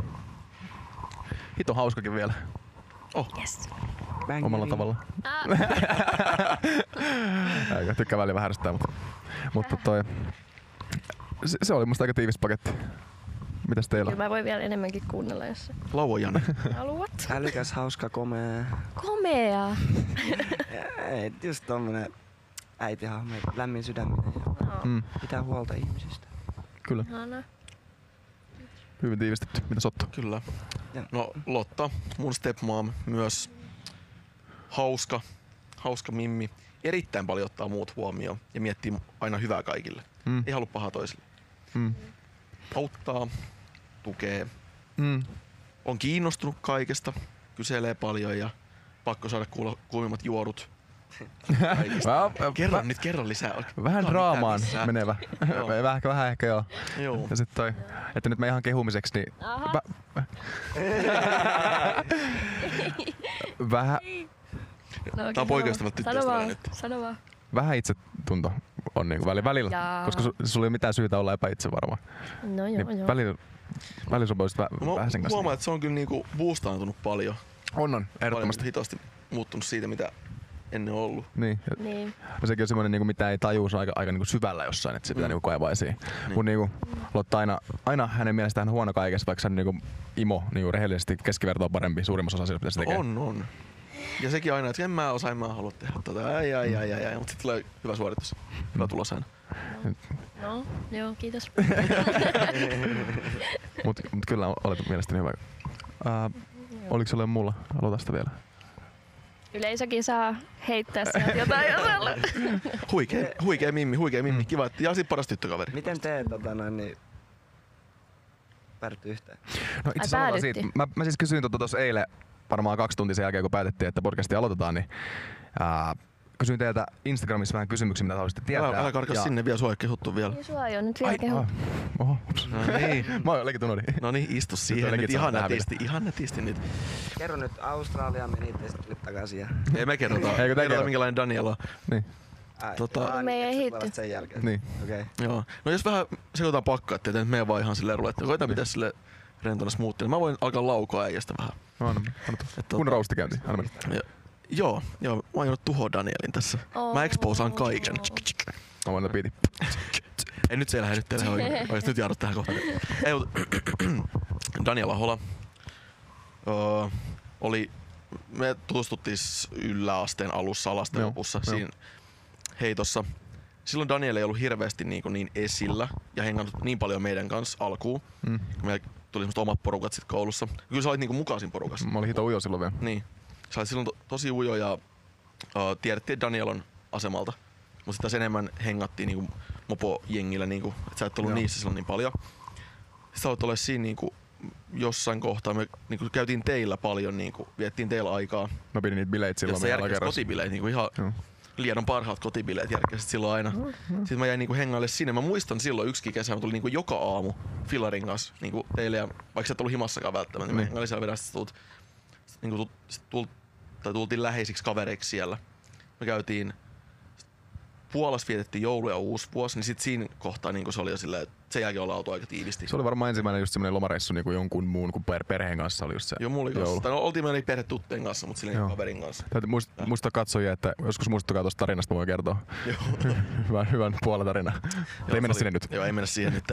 Hito hauskakin vielä, Yes. Bang, omalla Niin. bang. tavalla. Ah. Aika tykkää välillä vähän ärsyttää, mutta, mutta toi, se, se oli musta aika tiivis paketti. Mitäs teillä? Kyllä mä voin vielä enemmänkin kuunnella, jos Lauo Janne. haluat. Älykäs, hauska, komea. Komea. Ei, just tommonen äitihahmo, lämmin sydäminen ja Mm, pitää huolta ihmisistä. kyllä, Ihana. hyvin tiivistetty. Mitä sottu? Kyllä. Ja. No Lotta, mun stepmom, myös hauska, hauska mimmi. Erittäin paljon ottaa muut huomioon ja miettii aina hyvää kaikille. Mm. Ei halua pahaa toisille. Mm. Auttaa, tukee, Mm. on kiinnostunut kaikesta, kyselee paljon ja pakko saada kuulla kuumimmat juorut. kaikista. Vähän, Kerro nyt, kerro lisää. vähän Kerro draamaan mitään lisää. menevä. Joo. vähän, ehkä- vähän ehkä joo. Joo. Ja sit toi, että nyt mä ihan kehumiseksi, niin... Aha. Vä- vähän, No, Tää on poikaystävät Sano vaan, tyttöystävät nyt. sano vaan. vähän itsetunto on niinku väli- välillä, Jaa. koska su, sulla ei ole mitään syytä olla epäitsevarma. No joo, Niin joo. välillä, välillä sun voisit vä- No, vähän sen kanssa. huomaa, että se on kyllä niinku boostaantunut paljon. On, on, Ehdottomasti ehdottomasti. hitaasti muuttunut siitä, mitä ennen ollut. Niin, ja Niin. No sekin on semmoinen, niinku, mitä ei tajuu, se on aika, aika niinku syvällä jossain, että se pitää Mm. niinku kaivaa esiin. Kun niinku, Lotta aina, aina hänen mielestään hän on huono kaikessa, vaikka hän niinku, imo niinku, rehellisesti keskivertoa parempi suurimmassa osassa asioista, mitä se tekee. No On, on. Ja sekin aina, että en mä osaa, en mä halua tehdä tätä, ai, ai, ai, ai, ai. mutta sitten tulee hyvä suoritus, hyvä tulos aina. No, joo, kiitos. Mut, mut kyllä olet mielestäni hyvä. Ää, oliko se mulla? Aloitasta vielä. Yleisökin saa heittää sieltä jotain, jos haluat. Huikea, huikea mimmi, huikea mimmi, mm. kiva, että ja sit paras tyttökaveri. Niin, Miten te tota noin, niin päädytte yhteen? No itse asiassa aloitetaan päädyttiin. siitä. Mä, mä siis kysyin tuota tuossa eilen, varmaan kaksi tuntia sen jälkeen kun päätettiin, että podcasti aloitetaan, niin ää, kysyin teiltä Instagramissa vähän kysymyksiä, mitä haluaisitte tietää. Älä, älä karkaa Ja- sinne vielä, sua ei kehuttu vielä. Niin sua ei oo Ai, nyt vielä kehut. ah, oho, ups. No niin, Mä oon jollakin tunnori. no niin istu siihen ainakin nyt ihan saadaan nätisti, ihan nätisti nyt. Kerro nyt Australiaan, menitte sitten nyt takaisin ja... Ei me kerrotaan, Eikö Eikö tää kerro? kerrota minkälainen Daniel on. Niin. Ai, Tota- joo, Me ei niin, ehditty. vasta Sen jälkeen. Niin. Okei. Okay. Joo. No jos vähän sekoitaan pakkaa, ettei nyt mene vaan ihan silleen rulettiin. Koitan pitää sille rentona smoothina. Mä voin alkaa laukoa äijästä vähän. No, anna, anna tulla. Et Kun tota- rausti käynti. Anna mennä. Ja, joo, joo, mä oon joutunut tuhoa Danielin tässä. Oo. Mä exposaan kaiken. Mä voin biitin. Ei nyt se ei lähde, nyt ei lähde oikein. Oikeesti nyt jarrut tähän kohtaan. Ei, mut, Daniela Hola öö, oli, me tutustuttiin s- yläasteen alussa, alasteen Joo, lopussa joo. siinä heitossa. Silloin Daniel ei ollut hirveästi niin, niin esillä ja hengannut niin paljon meidän kanssa alkuun. Mm. kun Meillä tuli semmoset omat porukat sit koulussa. Kyllä sä olit niinku mukaan siinä porukassa. Mä olin hito ujo silloin vielä. Niin. Sä olit silloin to- tosi ujo ja uh, tiedettiin Danielon asemalta. Mutta sitten taas enemmän hengattiin niinku mopo-jengillä, niinku, että sä et ollut Joo. niissä silloin niin paljon. Sitten sä olet ollut siinä niinku, jossain kohtaa, me niinku, käytiin teillä paljon, niinku, viettiin teillä aikaa. Mä pidin niitä bileitä Silloin silloin. ja sä meidän järkkäsit alakerrassa. kotibileet, niinku, ihan Joo. Mm-hmm. Liedon parhaat kotibileet järkkäsit silloin aina. Sitten mä jäin niinku hengaille sinne. Mä muistan silloin yksikin kesä, mä tulin niinku joka aamu filarin kanssa niinku teille. Ja, vaikka sä et ollut himassakaan välttämättä, niin mä Niin. hengailin siellä vedästä. Sit tuut, sit niinku tult, sit tult, tai tultiin läheisiksi kavereiksi siellä. me käytiin, Puolassa vietettiin joulu ja uusi vuosi, niin sitten siinä kohtaa niin se oli jo silleen, että sen jälkeen ollaan oltu aika tiivisti. Se oli varmaan ensimmäinen just semmoinen lomareissu niin kuin jonkun muun kuin per- perheen kanssa oli just se Joo, mulla oli kanssa. joulu. Tai no, oltiin meidän perhetutteen kanssa, mutta silleen Joo. kaverin kanssa. Täytyy Äh. muist- muistaa katsojia, että joskus muistuttakaa tuosta tarinasta, mä voin kertoa. Joo. hyvän, hyvän puolen tarina. Ei mennä se sinne oli- nyt. Joo, ei mennä siihen nyt.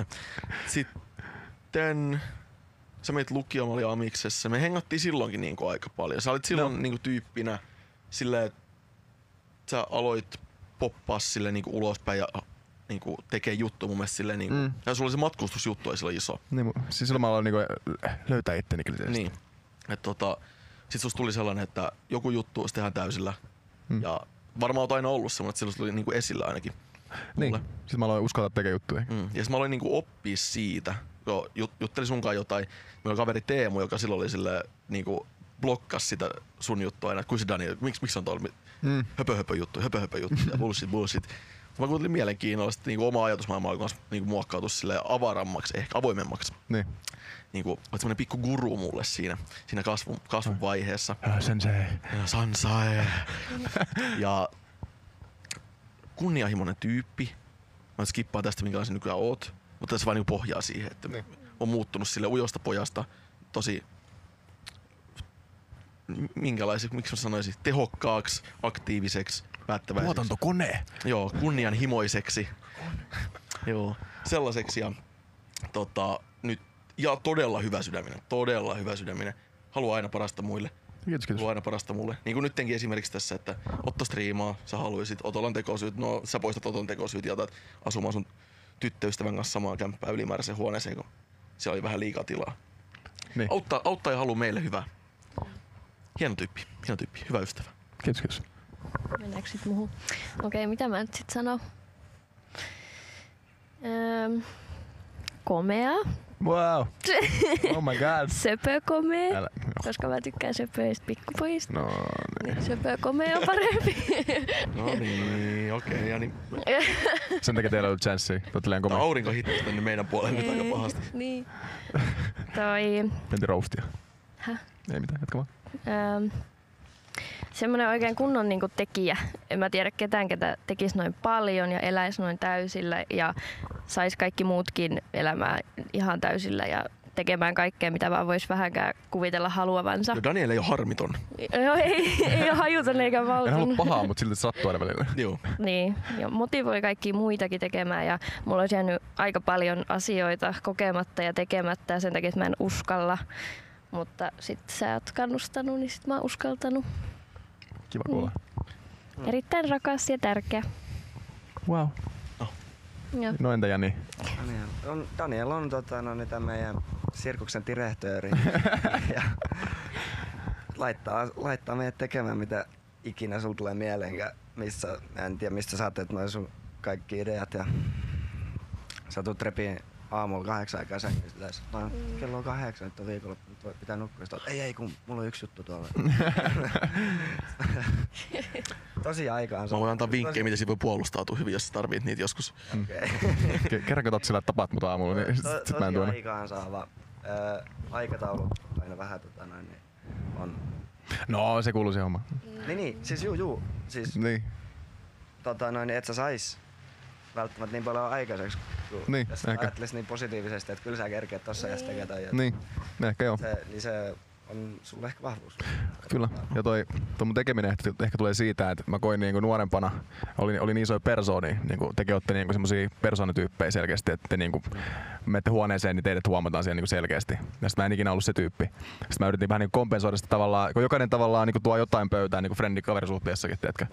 Sitten sä menit lukioon, mä olin Amiksessa. Me hengattiin silloinkin niinku aika paljon. Sä olit No. silloin niinku tyyppinä silleen, että sä aloit poppaa sille niinku ulospäin ja niinku tekee juttu mun mielestä silleen, niinku, Mm. mm. ja sulla oli se matkustusjuttu ei silloin iso. Niin, mu- siis silloin mä aloin niinku äh, löytää itteni kyllä tietysti. Niin. Et tota, sit susta tuli sellainen, että joku juttu se tehdään täysillä. Mm. Mm. Ja varmaan oot aina ollut semmoinen, että silloin se tuli niinku esillä ainakin. niin. mulle. Sitten mä aloin uskaltaa tekemään juttuja. Mm. Ja sit mä aloin niinku oppia siitä, kun jut, juttelin sunkaan jotain. Meillä oli kaveri Teemu, joka silloin oli sille niinku blokkas sitä sun juttua aina, että kuin se Daniel, miksi miksi on tuolla Mm. mm. höpö höpö juttu, höpö höpö juttu ja bullshit bullshit. Mä kuuntelin mielenkiinnolla, että niinku oma ajatusmaailma alkoi kans niinku muokkautua sille avarammaksi, ehkä avoimemmaksi. Niin. Niinku, olet semmoinen pikku guru mulle siinä, siinä kasvun, kasvun vaiheessa. Sensei. Ja Sansae. Ja kunnianhimoinen tyyppi. Mä skippaan tästä, minkä sä nykyään oot. Mutta tässä vaan niinku pohjaa siihen, että Niin. on muuttunut sille ujosta pojasta tosi m- minkälaiseksi, miksi mä sanoisin, tehokkaaksi, aktiiviseksi, päättäväiseksi. Tuotantokone. Joo, kunnianhimoiseksi. Joo, sellaiseksi ja tota, nyt, ja todella hyvä sydäminen, todella hyvä sydäminen. Haluaa aina parasta muille. Kiitos, kiitos. Haluaa aina parasta mulle. Niin kuin nyttenkin esimerkiksi tässä, että Otto striimaa, sä haluisit, Otolan tekosyyt, no sä poistat Oton tekosyyt ja otat asumaan sun tyttöystävän kanssa samaan kämppään ylimääräiseen huoneeseen, kun siellä oli vähän liikaa tilaa. Niin. Auttaa, auttaa ja haluaa meille hyvää. Hieno tyyppi, hieno tyyppi, hyvä ystävä. Kiitos, kiitos. Mennäänkö sit muuhun? Okei, mitä mä nyt sit sanon? Öö, komea. Wow. Oh my god. Söpö komea. Älä. Koska mä tykkään söpöistä pikkupojista. No niin. Niin söpö komea on parempi. No niin, okei. Okay, ja niin, Sen takia teillä ei ollut chanssi. Tätä liian Tämä komea. aurinko hittasi tänne meidän puolelle nyt aika pahasti. niin. Toi, Mentiin roustia. Häh? Ei mitään, jatka vaan. Öm, semmoinen ähm, oikein kunnon niinku tekijä. En mä tiedä ketään, ketä tekisi noin paljon ja eläisi noin täysillä ja saisi kaikki muutkin elämään ihan täysillä ja tekemään kaikkea, mitä vaan voisi vähänkään kuvitella haluavansa. Ja Daniel ei ole harmiton. No, ei, ei ole hajuton eikä En halua valton. pahaa, mutta silti se sattuu aina välillä. Joo. Niin, ja motivoi kaikki muitakin tekemään ja mulla olisi jäänyt aika paljon asioita kokematta ja tekemättä ja sen takia, että mä en uskalla. Mutta sit sä oot kannustanut, niin sit mä oon uskaltanut. Kiva kuulla. Mm. Erittäin rakas ja tärkeä. Wow. Joo. No entä Jani? Daniel Niin. on, Daniel on tota, no, niin tämän meidän sirkuksen direhtööri. ja laittaa, laittaa meidät tekemään mitä ikinä sulla tulee mieleenkään. Missä, mä en tiedä mistä sä ajattelet noin sun kaikki ideat ja sä tulet repiin aamulla kahdeksan aikaa sängystä tässä. No, kello on kahdeksan, nyt on viikonloppu, nyt voi- pitää nukkua. Sitten, ei, ei, kun mulla on yksi juttu tuolla. Tosi aikaan. Mä voin antaa vinkkejä, miten siitä voi puolustautua hyvin, jos sä tarvit niitä joskus. Ke- Kerran katot sillä, että tapaat mut aamulla, niin sit, To- sit mä en tosi tuonne. aikaan saava ö, aikataulu aina vähän tota noin, niin on. No, se kuuluu siihen hommaan. Mm. Niin, niin siis juu, juu. Siis Niin. tota noin, et sä sais välttämättä niin paljon aikaiseksi, kun Niin, jos sä ehkä. ajattelis niin positiivisesti, että kyllä sä kerkeet tossa ja tekee tai jotain. Niin, ehkä joo. Se, niin se on sulle ehkä vahvuus. Kyllä. Ja toi, toi mun tekeminen ehkä, ehkä tulee siitä, että mä koin niinku nuorempana, oli, oli niin isoja persoonia, niinku tekin olette niinku semmosia persoonatyyppejä selkeästi, että te niinku menette huoneeseen, niin teidät huomataan siellä niinku selkeästi. Ja sit mä en ikinä ollut se tyyppi. Sitten mä yritin vähän niinku kompensoida sitä tavallaan, kun jokainen tavallaan niinku tuo jotain pöytään niinku friendi kaverisuhteessakin, tiedätkö?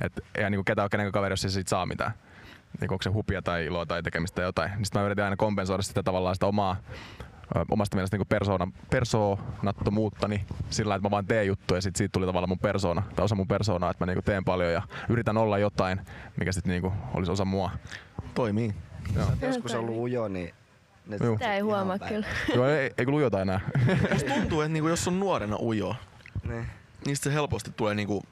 Että ei niinku ketään ole kenenkään kaveri, jos ei siitä saa mitään. Niin onko se hupia tai iloa tai tekemistä tai jotain. Niin sit mä yritin aina kompensoida sitä tavallaan sitä omaa ö, omasta mielestä niin persoona, persoonattomuuttani sillä, että mä vaan teen juttuja ja sit siitä tuli tavallaan mun persoona tai osa mun persoonaa, että mä niin teen paljon ja yritän olla jotain, mikä sitten niin olisi osa mua. Toimii. Sä oot joskus Joo, ollut toi- ujo, niin nyt Juu. Sitä ei ihan huomaa päin. kyllä. Joo, ei, ei kyllä jotain enää. Musta tuntuu, että niinku, jos on nuorena ujo, Niin. niin sit se helposti tulee niinku,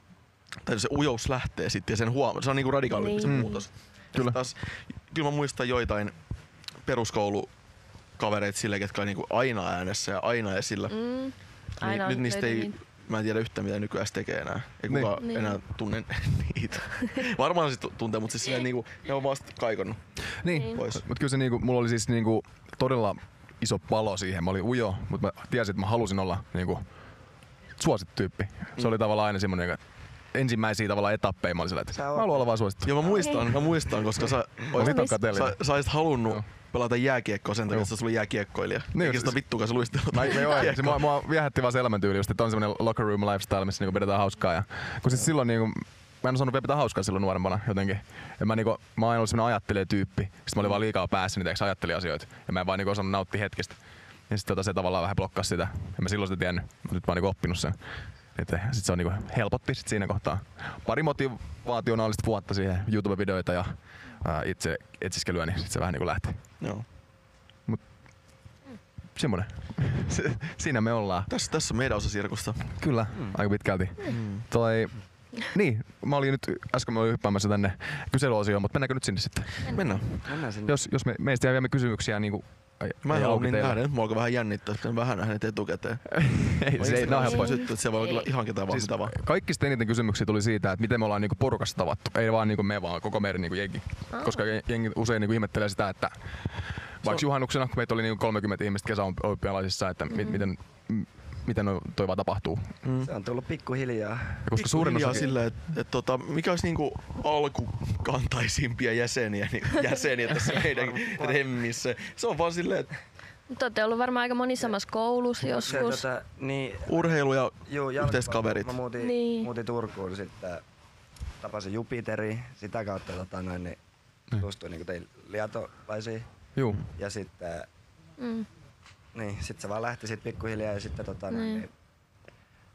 tai se ujous lähtee sitten ja sen huomaa. Se on niinku radikaalimpi se Niin. muutos. Kyllä. Kyllä. Taas, kyllä mä muistan joitain peruskoulukavereita sille, ketkä on niinku aina äänessä ja aina esillä. Mm, Niin, aina nyt on niistä töitä ei niin. mä en tiedä yhtään mitä nykyään se tekee enää. Ei Niin. kukaan Niin. enää tunne niitä. Varmaan se tu- tuntee, mutta siis silleen niinku, ne on vaan sit kaikonnut Niin. Niin. pois. Mutta kyllä se niinku, mulla oli siis niinku todella iso palo siihen. Mä olin ujo, mutta mä tiesin, että mä halusin olla niinku suosittu tyyppi. Se oli tavallaan aina semmonen, että ensimmäisiä tavallaan etappeja mä olin sillä, että Sä mä oot- haluan olla vaan suosittu. Ja mä muistan, mä muistan, koska sä Olit olisit on kateellinen. Sä, sä olisit halunnut Joo. pelata jääkiekkoa sen takia, Joo. että sä olit jääkiekkoilija. Niin, Niin, Eikä se- sitä vittuakaan sä luistelu. Mä, mä joo, se mua, mua viehätti vaan se elämäntyyli, just, että on semmoinen locker room lifestyle, missä niinku pidetään hauskaa. Ja, kun siis silloin niinku, mä en osannut vielä pitää hauskaa silloin nuorempana jotenkin. Ja mä, niinku, mä aina ollut semmoinen ajattelee tyyppi. Sitten mä olin vaan liikaa päässä, niin tiiäks, ajattelin asioita. Ja mä en vaan niinku osannut nauttia hetkestä. Ja sitten tota, se tavallaan vähän blokkasi sitä. En mä silloin sitä tiennyt, mutta nyt mä oon niinku oppinut sen. Sitten sit se on niinku helpotti sit siinä kohtaa. Pari motivaationaalista vuotta siihen, YouTube-videoita ja ää, itse etsiskelyä, niin sit se vähän niinku lähti. Joo. Mut semmonen. Se- Siinä me ollaan. Tässä, tässä on meidän osa sirkusta. Kyllä, Mm. aika pitkälti. Toi, niin, mä olin nyt, äsken mä olin hyppäämässä tänne kyselyosioon, mutta mennäänkö nyt sinne sitten? Mennään. Mennään sinne. Jos, jos me, meistä jää vielä kysymyksiä niin kuin, Mm. Mä en halua niin nähdä, nyt mua alkaa vähän jännittää, sitten vähän hänet etukäteen. ei, se ei, nää on helppoa. Ei. Syttyä, että se voi olla kyllä Ei. ihan ketään vaan Siis mitä vaan. kaikista eniten kysymyksiä tuli siitä, että miten me ollaan niinku porukassa tavattu. Ei vaan niinku me, vaan koko meidän niinku jengi. Koska jengi usein niinku ihmettelee sitä, että vaikka juhannuksena, kun meitä oli niinku 30 ihmistä kesäolympialaisissa, että mm-hmm. Mm. miten, m- miten noi- toi vaan tapahtuu. Se on tullut pikkuhiljaa. Ja koska suurin osa... sillä, että et, tota, mikä olisi niinku alkukantaisimpia jäseniä, niin, jäseniä tässä meidän remmissä. Se on vaan silleen, että Te olette ollut varmaan aika moni samassa koulussa Se, joskus. tota, niin, urheilu ja juu, yhteiset jalkapallo. kaverit. Mä muutin, Niin. muutin Turkuun sitten. Tapasin Jupiteri. Sitä kautta tota, noin, niin tutustuin niin teille liatolaisiin. Juu. Ja sitten Mm. Niin, sit se vaan lähti sit pikkuhiljaa ja sitten tota, mm. Niin. niin,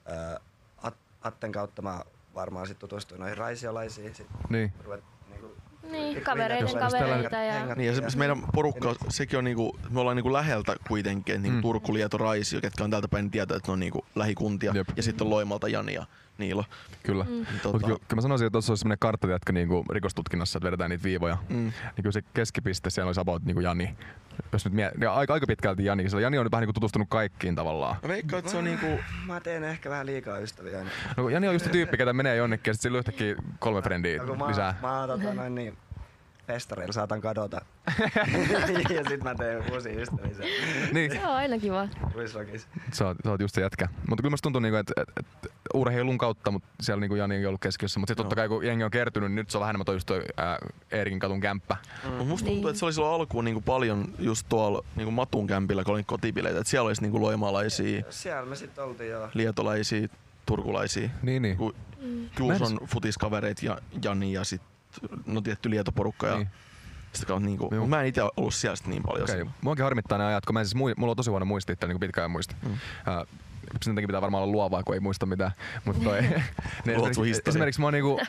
ää, At- Atten kautta mä varmaan sit tutustuin noihin raisiolaisiin. Sit Niin. ruvet, niinku, Niin, pikkuhiljaa kavereiden ruvet- kavereita hengat- ja... hengat- Niin, ja se, se meidän porukka, sekin on niinku, me ollaan niinku läheltä kuitenkin, että niinku Mm. Turku, Lieto, Raisio, ketkä on täältä päin, niin tietää, että ne on niinku lähikuntia. Jep. Ja sitten on Loimalta Jani ja Niilo. Kyllä. Mm. Mm. Tota... Mut kyllä, kyllä mä sanoisin, että tuossa olisi sellainen kartta, jotka niinku rikostutkinnassa, että vedetään niitä viivoja. Mm. Niin kyllä se keskipiste siellä olisi about niinku Jani. Jos nyt mie- ja aika, aika pitkälti Jani, sillä Jani on nyt vähän niinku tutustunut kaikkiin tavallaan. Mä veikkaan, että se on niinku, Mä teen ehkä vähän liikaa ystäviä. Niin. No, kun Jani on just se tyyppi, ketä menee jonnekin ja sitten sillä on yhtäkkiä kolme frendiä Ja kun mä, Niin, lisää. Mä oon tota, noin niin, festareilla saatan kadota. ja sit mä teen uusia ystäviä siellä Niin. Se on aina kiva. Ruisrokissa. Sä oot, sä oot just se jätkä. Mutta kyllä musta tuntuu, niinku, että et, et, urheilun kautta mut siellä niinku Jani on ollut keskiössä. Mutta sitten totta kai kun jengi on kertynyt, nyt se on vähän enemmän toi just toi ää, Eerikin katun kämppä. mm. musta tuntuu, että se oli silloin alkuun niinku paljon just tuolla niinku Matun kämpillä, kun oli kotibileitä. Että siellä olisi niinku loimalaisia, Siellä me sit oltiin jo. lietolaisia, turkulaisia. Niin, niin. Ku, Juuson futiskavereet ja Jani ja sit, no tietty Lietoporukka ja Niin. niin. sitä kautta niinku, Joo. Mut mä en itse ollut siellä sit niin paljon. Okei, Okay. okay. muakin harmittaa nämä ajat, kun mä en siis, mui- mulla on tosi huono muisti, tai niinku pitkä ajan muisti. Mm. Uh, sen takia pitää varmaan olla luovaa, kun ei muista mitään. Mut toi, Niin. ne sun esimerkiksi, historian. esimerkiksi mä, oon niinku,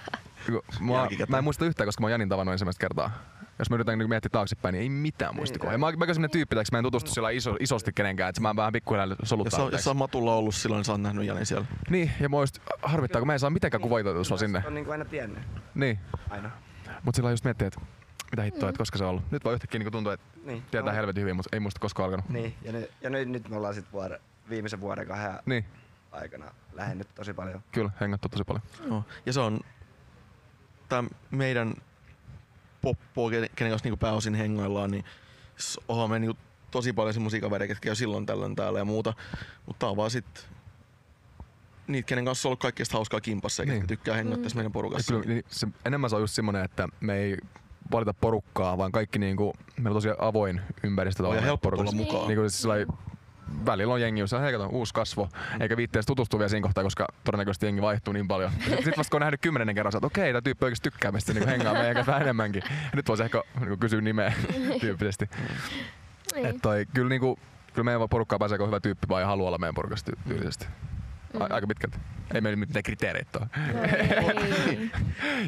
ku- mä, Jälkikäteen. mä en muista yhtään, koska mä oon Janin tavannut ensimmäistä kertaa. Jos mä yritän niinku miettiä taaksepäin, niin ei mitään muistikoa. Ja mä, mä oon semmonen tyyppi, että mä en tutustu sillä iso, isosti kenenkään, että mä vähän pikkuhiljaa Jos, soluttaa. sä, jos sä oot Matulla ollut silloin, niin sä oot nähnyt Janin siellä. Niin, ja mä oon just harmittaa, kun mä en saa mitenkään kuvaiteltua sua sinne. On niinku aina tiennyt. Niin, Aina. mut sillä just miettii, että mitä hittoa, että koska se on ollut. Nyt vaan yhtäkkiä niinku tuntuu, että Mm. Niin. tietää No. helvetin hyvin, mutta ei muista koskaan alkanut. Niin, ja, nyt, ja nyt, nyt me ollaan sit vuoden, viimeisen vuoden kahden Niin, aikana lähennyt tosi paljon. kyllä, hengattu tosi paljon. Joo. Ja se on tää meidän poppo, kenen kenen kanssa niinku pääosin hengaillaan, niin s- onhan me niinku tosi paljon semmosia kavereita, ketkä on silloin tällöin täällä ja muuta. Mutta tää on vaan sit niitä, kenen kanssa on ollut kaikkein hauskaa kimpassa ja Niin. ketkä tykkää hengata tässä meidän Ja porukassa. Kyllä, niin se, enemmän se on just semmoinen, että me ei valita porukkaa, vaan kaikki niinku, meillä on tosi avoin ympäristö. On ja tavallaan helppo tulla porukassa. mukaan. Niinku siis sillai, välillä on jengi, jossa hei kato, uusi kasvo, eikä viitteessä tutustu vielä siinä kohtaa, koska todennäköisesti jengi vaihtuu niin paljon. Sitten sit vasta kun on nähnyt kymmenen kerran, sä oot, okei, tämä tyyppi oikeasti tykkää meistä, niin hengaa meidän kanssa vähän enemmänkin. Ja nyt voisi ehkä niin kysyä nimeä tyyppisesti. Et Niin. toi, kyllä, niin kuin, kyllä meidän porukkaa pääsee, kun on hyvä tyyppi vai haluaa olla meidän porukasta ty- tyylisesti. Mm. A- Aika pitkälti. Ei meillä mitään kriteereitä ole. Ei.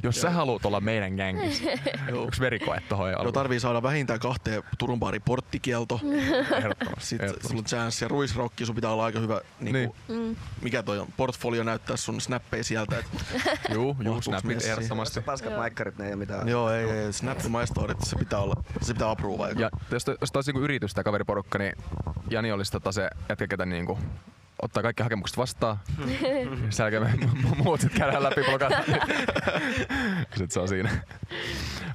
Jos sä haluat olla meidän gängissä, onks verikoe tohon Joo, alueelle? No tarvii saada vähintään kahteen Turun baarin porttikielto. Ehdottomasti. Sitten ehdottomasti. sulla on chance ja ruisrokki, sun pitää olla aika hyvä, niinku, Niin. niin. mikä toi on, portfolio näyttää sun snappeja sieltä. Et, Juu, juu, Mahtuuks snapit messiin? ehdottomasti. Paskat Joo. maikkarit, ne ei oo mitään. joo, ei, ei, snap ja my story, se pitää olla, se pitää apruva. Ja jos, to- jos taas niinku yritys tai kaveriporukka, niin Jani olisi tota se jätkä, ketä niinku ottaa kaikki hakemukset vastaan. Sen jälkeen me mu- muut sit käydään läpi blokat. Sitten se on siinä.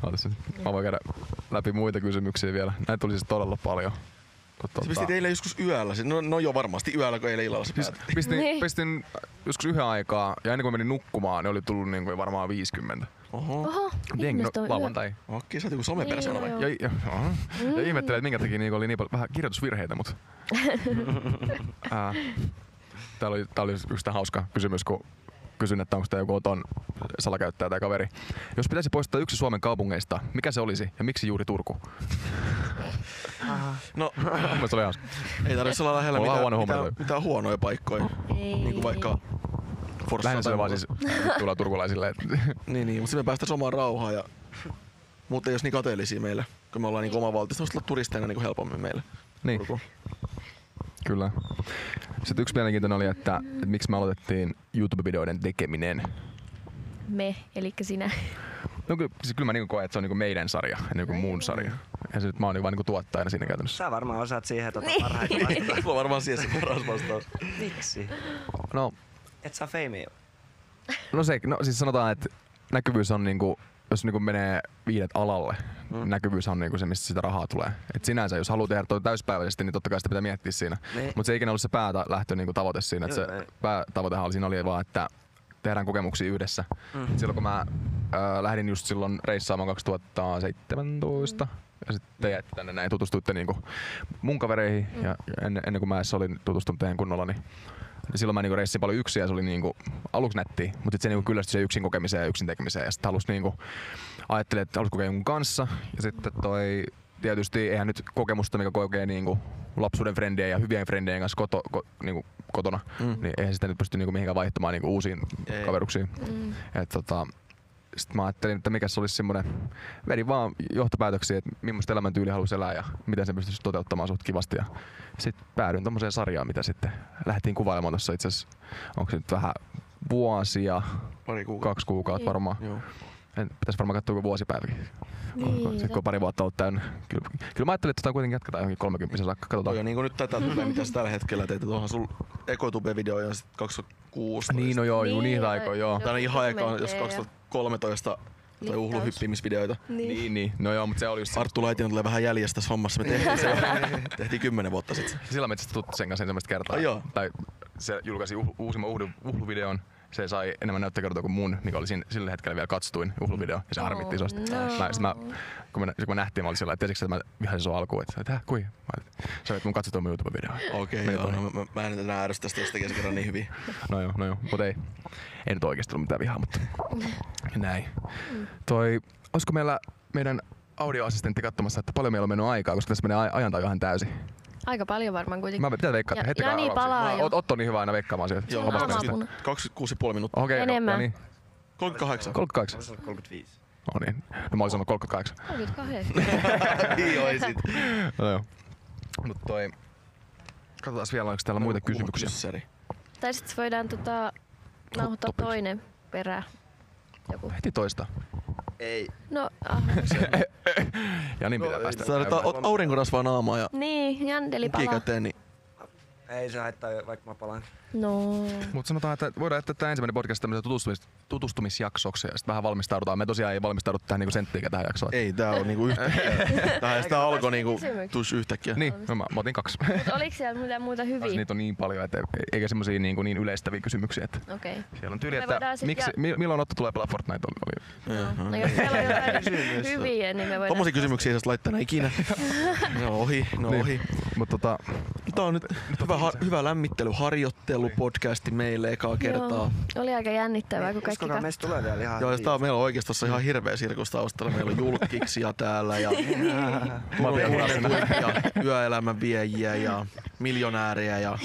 Ootas nyt. Mä voin käydä läpi muita kysymyksiä vielä. Näitä tuli siis todella paljon. Kun Sä tota- pistit eilen joskus yöllä. sen. No, no joo, varmasti yöllä, kun eilen illalla se Siis päätettiin. pistin, Niin. pistin joskus yhden aikaa ja ennen kuin menin nukkumaan, ne oli tullut niin kuin varmaan 50. Oho. Oho, Jengi, ihmiset on no, yö- lauantai. Okei, sä oot joku somepersona vai? Joo, Ja, ja, aha. Mm. ja ihmettelen, että minkä takia niinku oli niin paljon vähän kirjoitusvirheitä, mutta... Ää, tää oli, tää oli yksi tää hauska kysymys, kun kysyn, että onko tämä joku oton salakäyttäjä tai kaveri. Jos pitäisi poistaa yksi Suomen kaupungeista, mikä se olisi ja miksi juuri Turku? No, Mielestäni se oli hauska. ei tarvitse olla lähellä Ollaan mitään, huono mitään, huomioida. mitään, huonoja paikkoja. Ei. Niinku vaikka Forssa Lähinnä se tai vaan muuta. siis tulla turkulaisille. että- Niin, niin, mutta sinne päästään omaan rauhaan. Ja... Mutta ei olisi niin kateellisia meillä, kun me ollaan niin omavaltaista, olisi olla turisteina niin helpommin meillä. Niin. Turkuun. Kyllä. Sitten yksi mielenkiintoinen oli, että, että miksi me aloitettiin YouTube-videoiden tekeminen. Me, eli sinä. No kyllä, siis kyllä mä niinku koen, että se on niinku meidän sarja ja niinku muun niin. sarja. Ja se nyt mä oon niinku vaan niinku tuottajana siinä käytännössä. Sä varmaan osaat siihen tota Niin. parhaiten vastata. Sulla on varmaan siihen se paras vastaus. Miksi? No, Et saa feimiä. no, se, no siis sanotaan, että näkyvyys on niinku, jos niinku menee viidet alalle, mm. näkyvyys on niinku se, mistä sitä rahaa tulee. Et sinänsä, jos haluaa tehdä toi täyspäiväisesti, niin totta kai sitä pitää miettiä siinä. Niin. Mutta se ei ikinä ollut se päälähtö niinku tavoite siinä. Et se Joo, ei. päätavoitehan oli siinä oli vaan, että tehdään kokemuksia yhdessä. Mm. Silloin kun mä ö, lähdin just silloin reissaamaan 2017, ja sitten te jäitte tänne näin tutustuitte niinku mun kavereihin, ja ja ennen, ennen kuin mä edes olin tutustunut teihin kunnolla, niin niin silloin mä niinku reissin paljon yksin ja se oli niinku aluksi nättiä, mutta sitten se niinku kyllästyi siihen yksin kokemiseen ja yksin tekemiseen ja sitten halus niinku, ajattelin, että halus kokea jonkun kanssa ja sitten toi tietysti eihän nyt kokemusta, mikä kokee niinku lapsuuden frendien ja hyvien frendien kanssa koto, ko, niinku kotona, mm. niin eihän sitä nyt pysty niinku mihinkään vaihtamaan niinku uusiin Ei. kaveruksiin. Mm. Et tota, sitten mä ajattelin, että mikä se olisi semmoinen, vedin vaan johtopäätöksiä, että millaista elämäntyyliä haluaisi elää ja miten se pystyisi toteuttamaan suht kivasti. Ja sitten päädyin tommoseen sarjaan, mitä sitten lähdettiin kuvailemaan tuossa itse asiassa, onko se nyt vähän vuosia, Pari kuukautta. kaksi kuukautta varmaan. Joo. En, pitäisi varmaan katsoa joku vuosipäiväkin. Niin, Niin, sitten kun on pari vuotta ollut täynnä. Kyllä, kyllä mä ajattelin, että tätä kuitenkin jatketaan johonkin 30 saakka. Toi on Katsotaan. niin kuin nyt tätä tulee, mitä sä tällä hetkellä teet. Tuohan sun ekotube-video on sitten 2016. Niin, no joo, niin, Niin, niitä joo, aikoja, joo. Tää on ihan aikaa, jos dokumentteja ja- 2013 tulee Littaus. uhluhyppimisvideoita. Niin. Niin, niin. No joo, mutta se oli just se. Arttu Laitinen tulee vähän jäljestä tässä hommassa. Me tehtiin se jo. tehtiin kymmenen vuotta sitten. Sillä me itse asiassa tuttu sen kanssa ensimmäistä kertaa. Ai joo. Tai se julkaisi uh, uusimman uhlu, uhluvideon. Se sai enemmän näyttökertoja kuin mun, mikä oli siinä, sillä hetkellä vielä katsotuin uhluvideo. Ja se harmitti isosti. no. Mä, sit mä, kun, me, kun me nähtiin, mä olin sillä, että tiesitkö, sä, että mä vihasin sun alkuun. Että tää, kui? Mä olin, sä olet mun katsotuin YouTube-video. Okei, joo, no, mä, mä, en enää ärsytä tästä jostakin kerran niin hyvin. No joo, no joo, mut ei. Ei nyt oikeesti ollut mitään vihaa, mutta näin. Toi, olisiko meillä meidän audioassistentti katsomassa, että paljon meillä on mennyt aikaa, koska tässä menee aj- ajantaju ihan täysin. Aika paljon varmaan kuitenkin. Mä pitää veikkaa, Ja- että hetki Jani palaa jo. Oot, Otto on niin hyvä aina veikkaamaan sieltä. Joo, omasta naamaa mielestä. punaa. 26,5 minuuttia. Okei, Enemmän. No, no niin. 38. 32. Voisi olla 35. No niin. No mä olisin sanonut 38. 38. Niin joo, ei sit. No joo. Mut toi... Katsotaan vielä, onko täällä muita kysymyksiä. Kyssäri. tai sitten voidaan tota, nauhoittaa Toppis. toinen perä. Joku. Heti toista. Ei. No, ah, Ja niin pitää ei. päästä. Sä käymään. oot aurinkorasvaa naamaa ja niin, Jandeli mukki palaa. käteen, niin Ei se haittaa, vaikka mä palaan. No. Mutta sanotaan, että voidaan jättää tämä ensimmäinen podcast tämmöisen tutustumis, tutustumisjaksoksi ja sitten vähän valmistaudutaan. Me tosiaan ei valmistaudu tähän niinku senttiinkään tähän jaksoon. ei tää on niinku yhtäkkiä. Tähän sitä alkoi niinku tus yhtäkkiä. Niin, no mä, mä otin kaksi. Mut oliks siellä mitään muuta Taas hyviä? Niitä on niin paljon, että eikä semmoisia niin, niin yleistäviä kysymyksiä. Että Okei. siellä on tyyli, Me että voidaan sit miksi, ja- mi, milloin Otto tulee pelaa Fortnite? Oli, oli. No, jos siellä on jotain hyviä, niin me voidaan... Tommosia kysymyksiä ei saa laittaa enää ikinä. Ne on ohi, ne on Niin. ohi. Mutta tota, Tää on nyt hyvä, har- hyvä lämmittely, harjoittelu, podcasti meille ekaa kertaa. Joo, oli aika jännittävää, kun kaikki Uskokaa, katsoi. meistä tulee vielä ihan Joo, ja hyviä. tää on, meillä on oikeastaan ihan hirveä sirkus taustalla. Meillä on julkkiksia täällä ja Matias Turun Rassinen. huippuja, yöelämän viejiä ja miljonääriä ja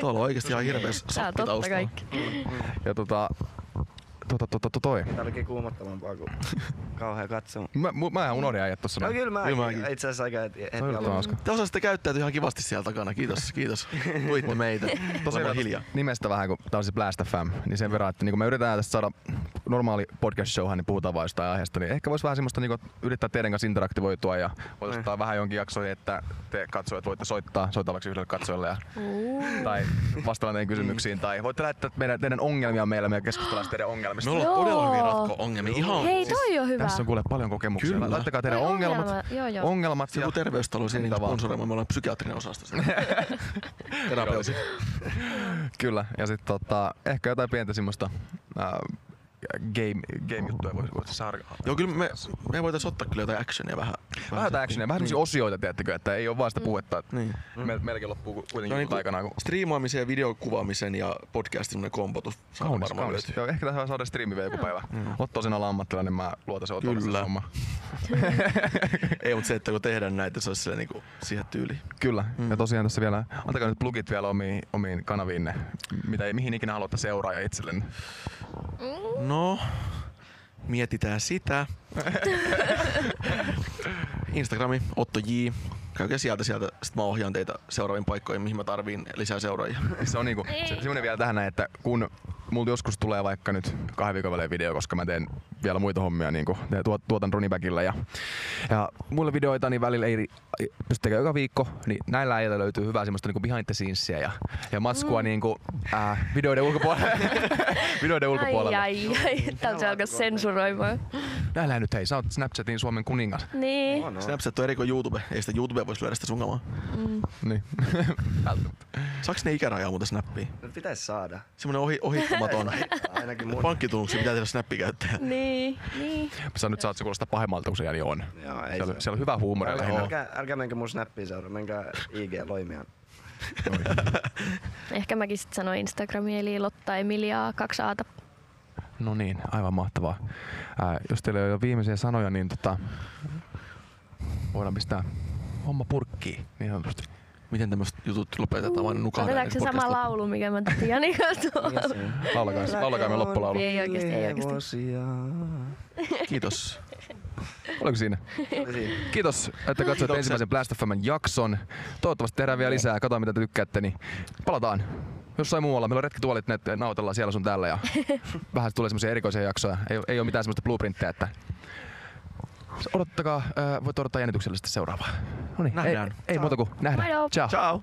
tuolla on oikeasti ihan hirveä Tää on sappi totta taustalla. kaikki. ja tota, tota, tota, tota toi. Tää olikin kuumottavampaa kuin kauhea katsomaan. Mä, mu- mä ihan unohdin äijät tossa. No näin. kyllä mä, Kyllä mäkin. itse asiassa aika heti heti Toi oli alussa. hauska. Te osasitte käyttäytyä ihan kivasti siellä takana. Kiitos, kiitos. Tuitte meitä. Tosiaan Sen verran hiljaa. Nimestä vähän, kun tää on se Blast FM, niin sen verran, että niin mä yritän niinku tästä saada normaali podcast showhan, niin puhutaan vain jostain aiheesta, niin ehkä voisi vähän semmoista niin yrittää teidän kanssa interaktivoitua ja Niin. voitaisiin ottaa vähän jonkin jaksoja, että te katsojat voitte soittaa soitavaksi yhdelle katsojalle ja, tai vastailla teidän kysymyksiin tai voitte lähettää meidän, teidän ongelmia meille ja me keskustellaan sitten teidän ongelmista. Me No. ollaan Joo. todella hyvin ratkoa ongelmia. Ihan Hei, siis toi on hyvä. Tässä on kuule paljon kokemuksia. Kyllä. Laittakaa teidän Oi, ongelmat, ongelma. Joo, joo. ongelmat joku terveystalo siinä Mitä vaan. sponsoroimaan, me ollaan psykiatrinen osasto. siellä. Terapeutit. Kyllä, ja sitten tota, ehkä jotain pientä semmoista ää, game, game-juttuja voisi vois saada. Joo, kyllä me, me voitais ottaa kyllä jotain actionia vähän. Vähän jotain actionia, vähän semmoisia osioita, tiedättekö, että ei ole vaan sitä puetta. että Niin. Me, melkein loppuu ku- kuitenkin No niin, no, kun- aikanaan. Kun... Striimaamisen ja videokuvaamisen ja podcastin semmonen kombotus. saa Kaunis, varmaan kaunis. löytyy. Joo, ehkä tässä voi saada striimi vielä joku päivä. Mm. Otto sinä olla ammattilainen, mä luotan se Otolle Kyllä. se homma. Ei, mutta se, että kun tehdään näitä, se olisi silleen niinku siihen tyyliin. Kyllä, mm. ja tosiaan tässä vielä, antakaa nyt plugit vielä omiin, omiin kanaviinne, mitä, mihin ikinä haluatte seuraa ja itsellenne. Mm. No, mietitään sitä. Instagrami, Otto J. Käykää sieltä sieltä, sit mä ohjaan teitä seuraaviin paikkoihin, mihin mä tarviin lisää seuraajia. Se on niinku, se, semmoinen vielä tähän näin, että kun multa joskus tulee vaikka nyt kahden viikon välein video, koska mä teen vielä muita hommia, niin kuin, tuot, tuotan runibäkillä ja, ja mulle videoita niin välillä ei ei pysty tekemään joka viikko, niin näillä äijillä löytyy hyvää semmoista niinku behind the scenesia ja, ja matskua mm. niinku, ää, videoiden ulkopuolella. videoiden ulkopuolella. Ai, ai, ai. Tältä se alkaa sensuroimaan. Näillä nyt hei, sä oot Snapchatin Suomen kuningas. Niin. On, on. Snapchat on eri kuin YouTube, ei sitä YouTubea voisi lyödä sitä sun kamaa. Niin. Välttämättä. Saaks ne ikärajaa muuten snappiin? No, pitäis saada. Semmonen ohi, ohittamaton. Ainakin mun. Pankkitunnuksia pitää tehdä snappi käyttää. Niin, niin. Sä nyt saat se kuulostaa pahemmalta kuin se jäli on. Joo, ei Siellä, se- siellä on hyvä huumori Älkää, lähinnä. älkää, älkää menkö mun snappiin seuraa, menkää IG Loimiaan. Ehkä mäkin sit sanoin Instagrami, eli Lotta Emiliaa, kaksi aata. No niin, aivan mahtavaa. Ää, jos teillä ei ole viimeisiä sanoja, niin tota, voidaan pistää homma purkkiin. Niin sanotusti. Miten tämmöiset jutut lopetetaan vaan nukaan? Otetaanko se sama laulu, mikä mä tästä Janika tuolla? Laulakaa, laulakaa me loppulaulu. niin. Ei oikeesti, ei oikeesti. oikeesti. Kiitos. Oliko siinä? Kiitos, että katsoitte Kiitokset. ensimmäisen Blast FMn jakson. Toivottavasti tehdään vielä lisää. Katsotaan, mitä te tykkäätte. Niin palataan jossain muualla. Meillä on retkituolit, ne ne nautellaan siellä sun täällä. Ja vähän tulee semmoisia erikoisia jaksoja. Ei, ei ole mitään semmoista blueprinttejä, että odottakaa, ää, voit odottaa jännityksellisesti seuraavaa. No niin, ei, Nähdään. ei muuta kuin nähdään. Moro. Ciao. Ciao.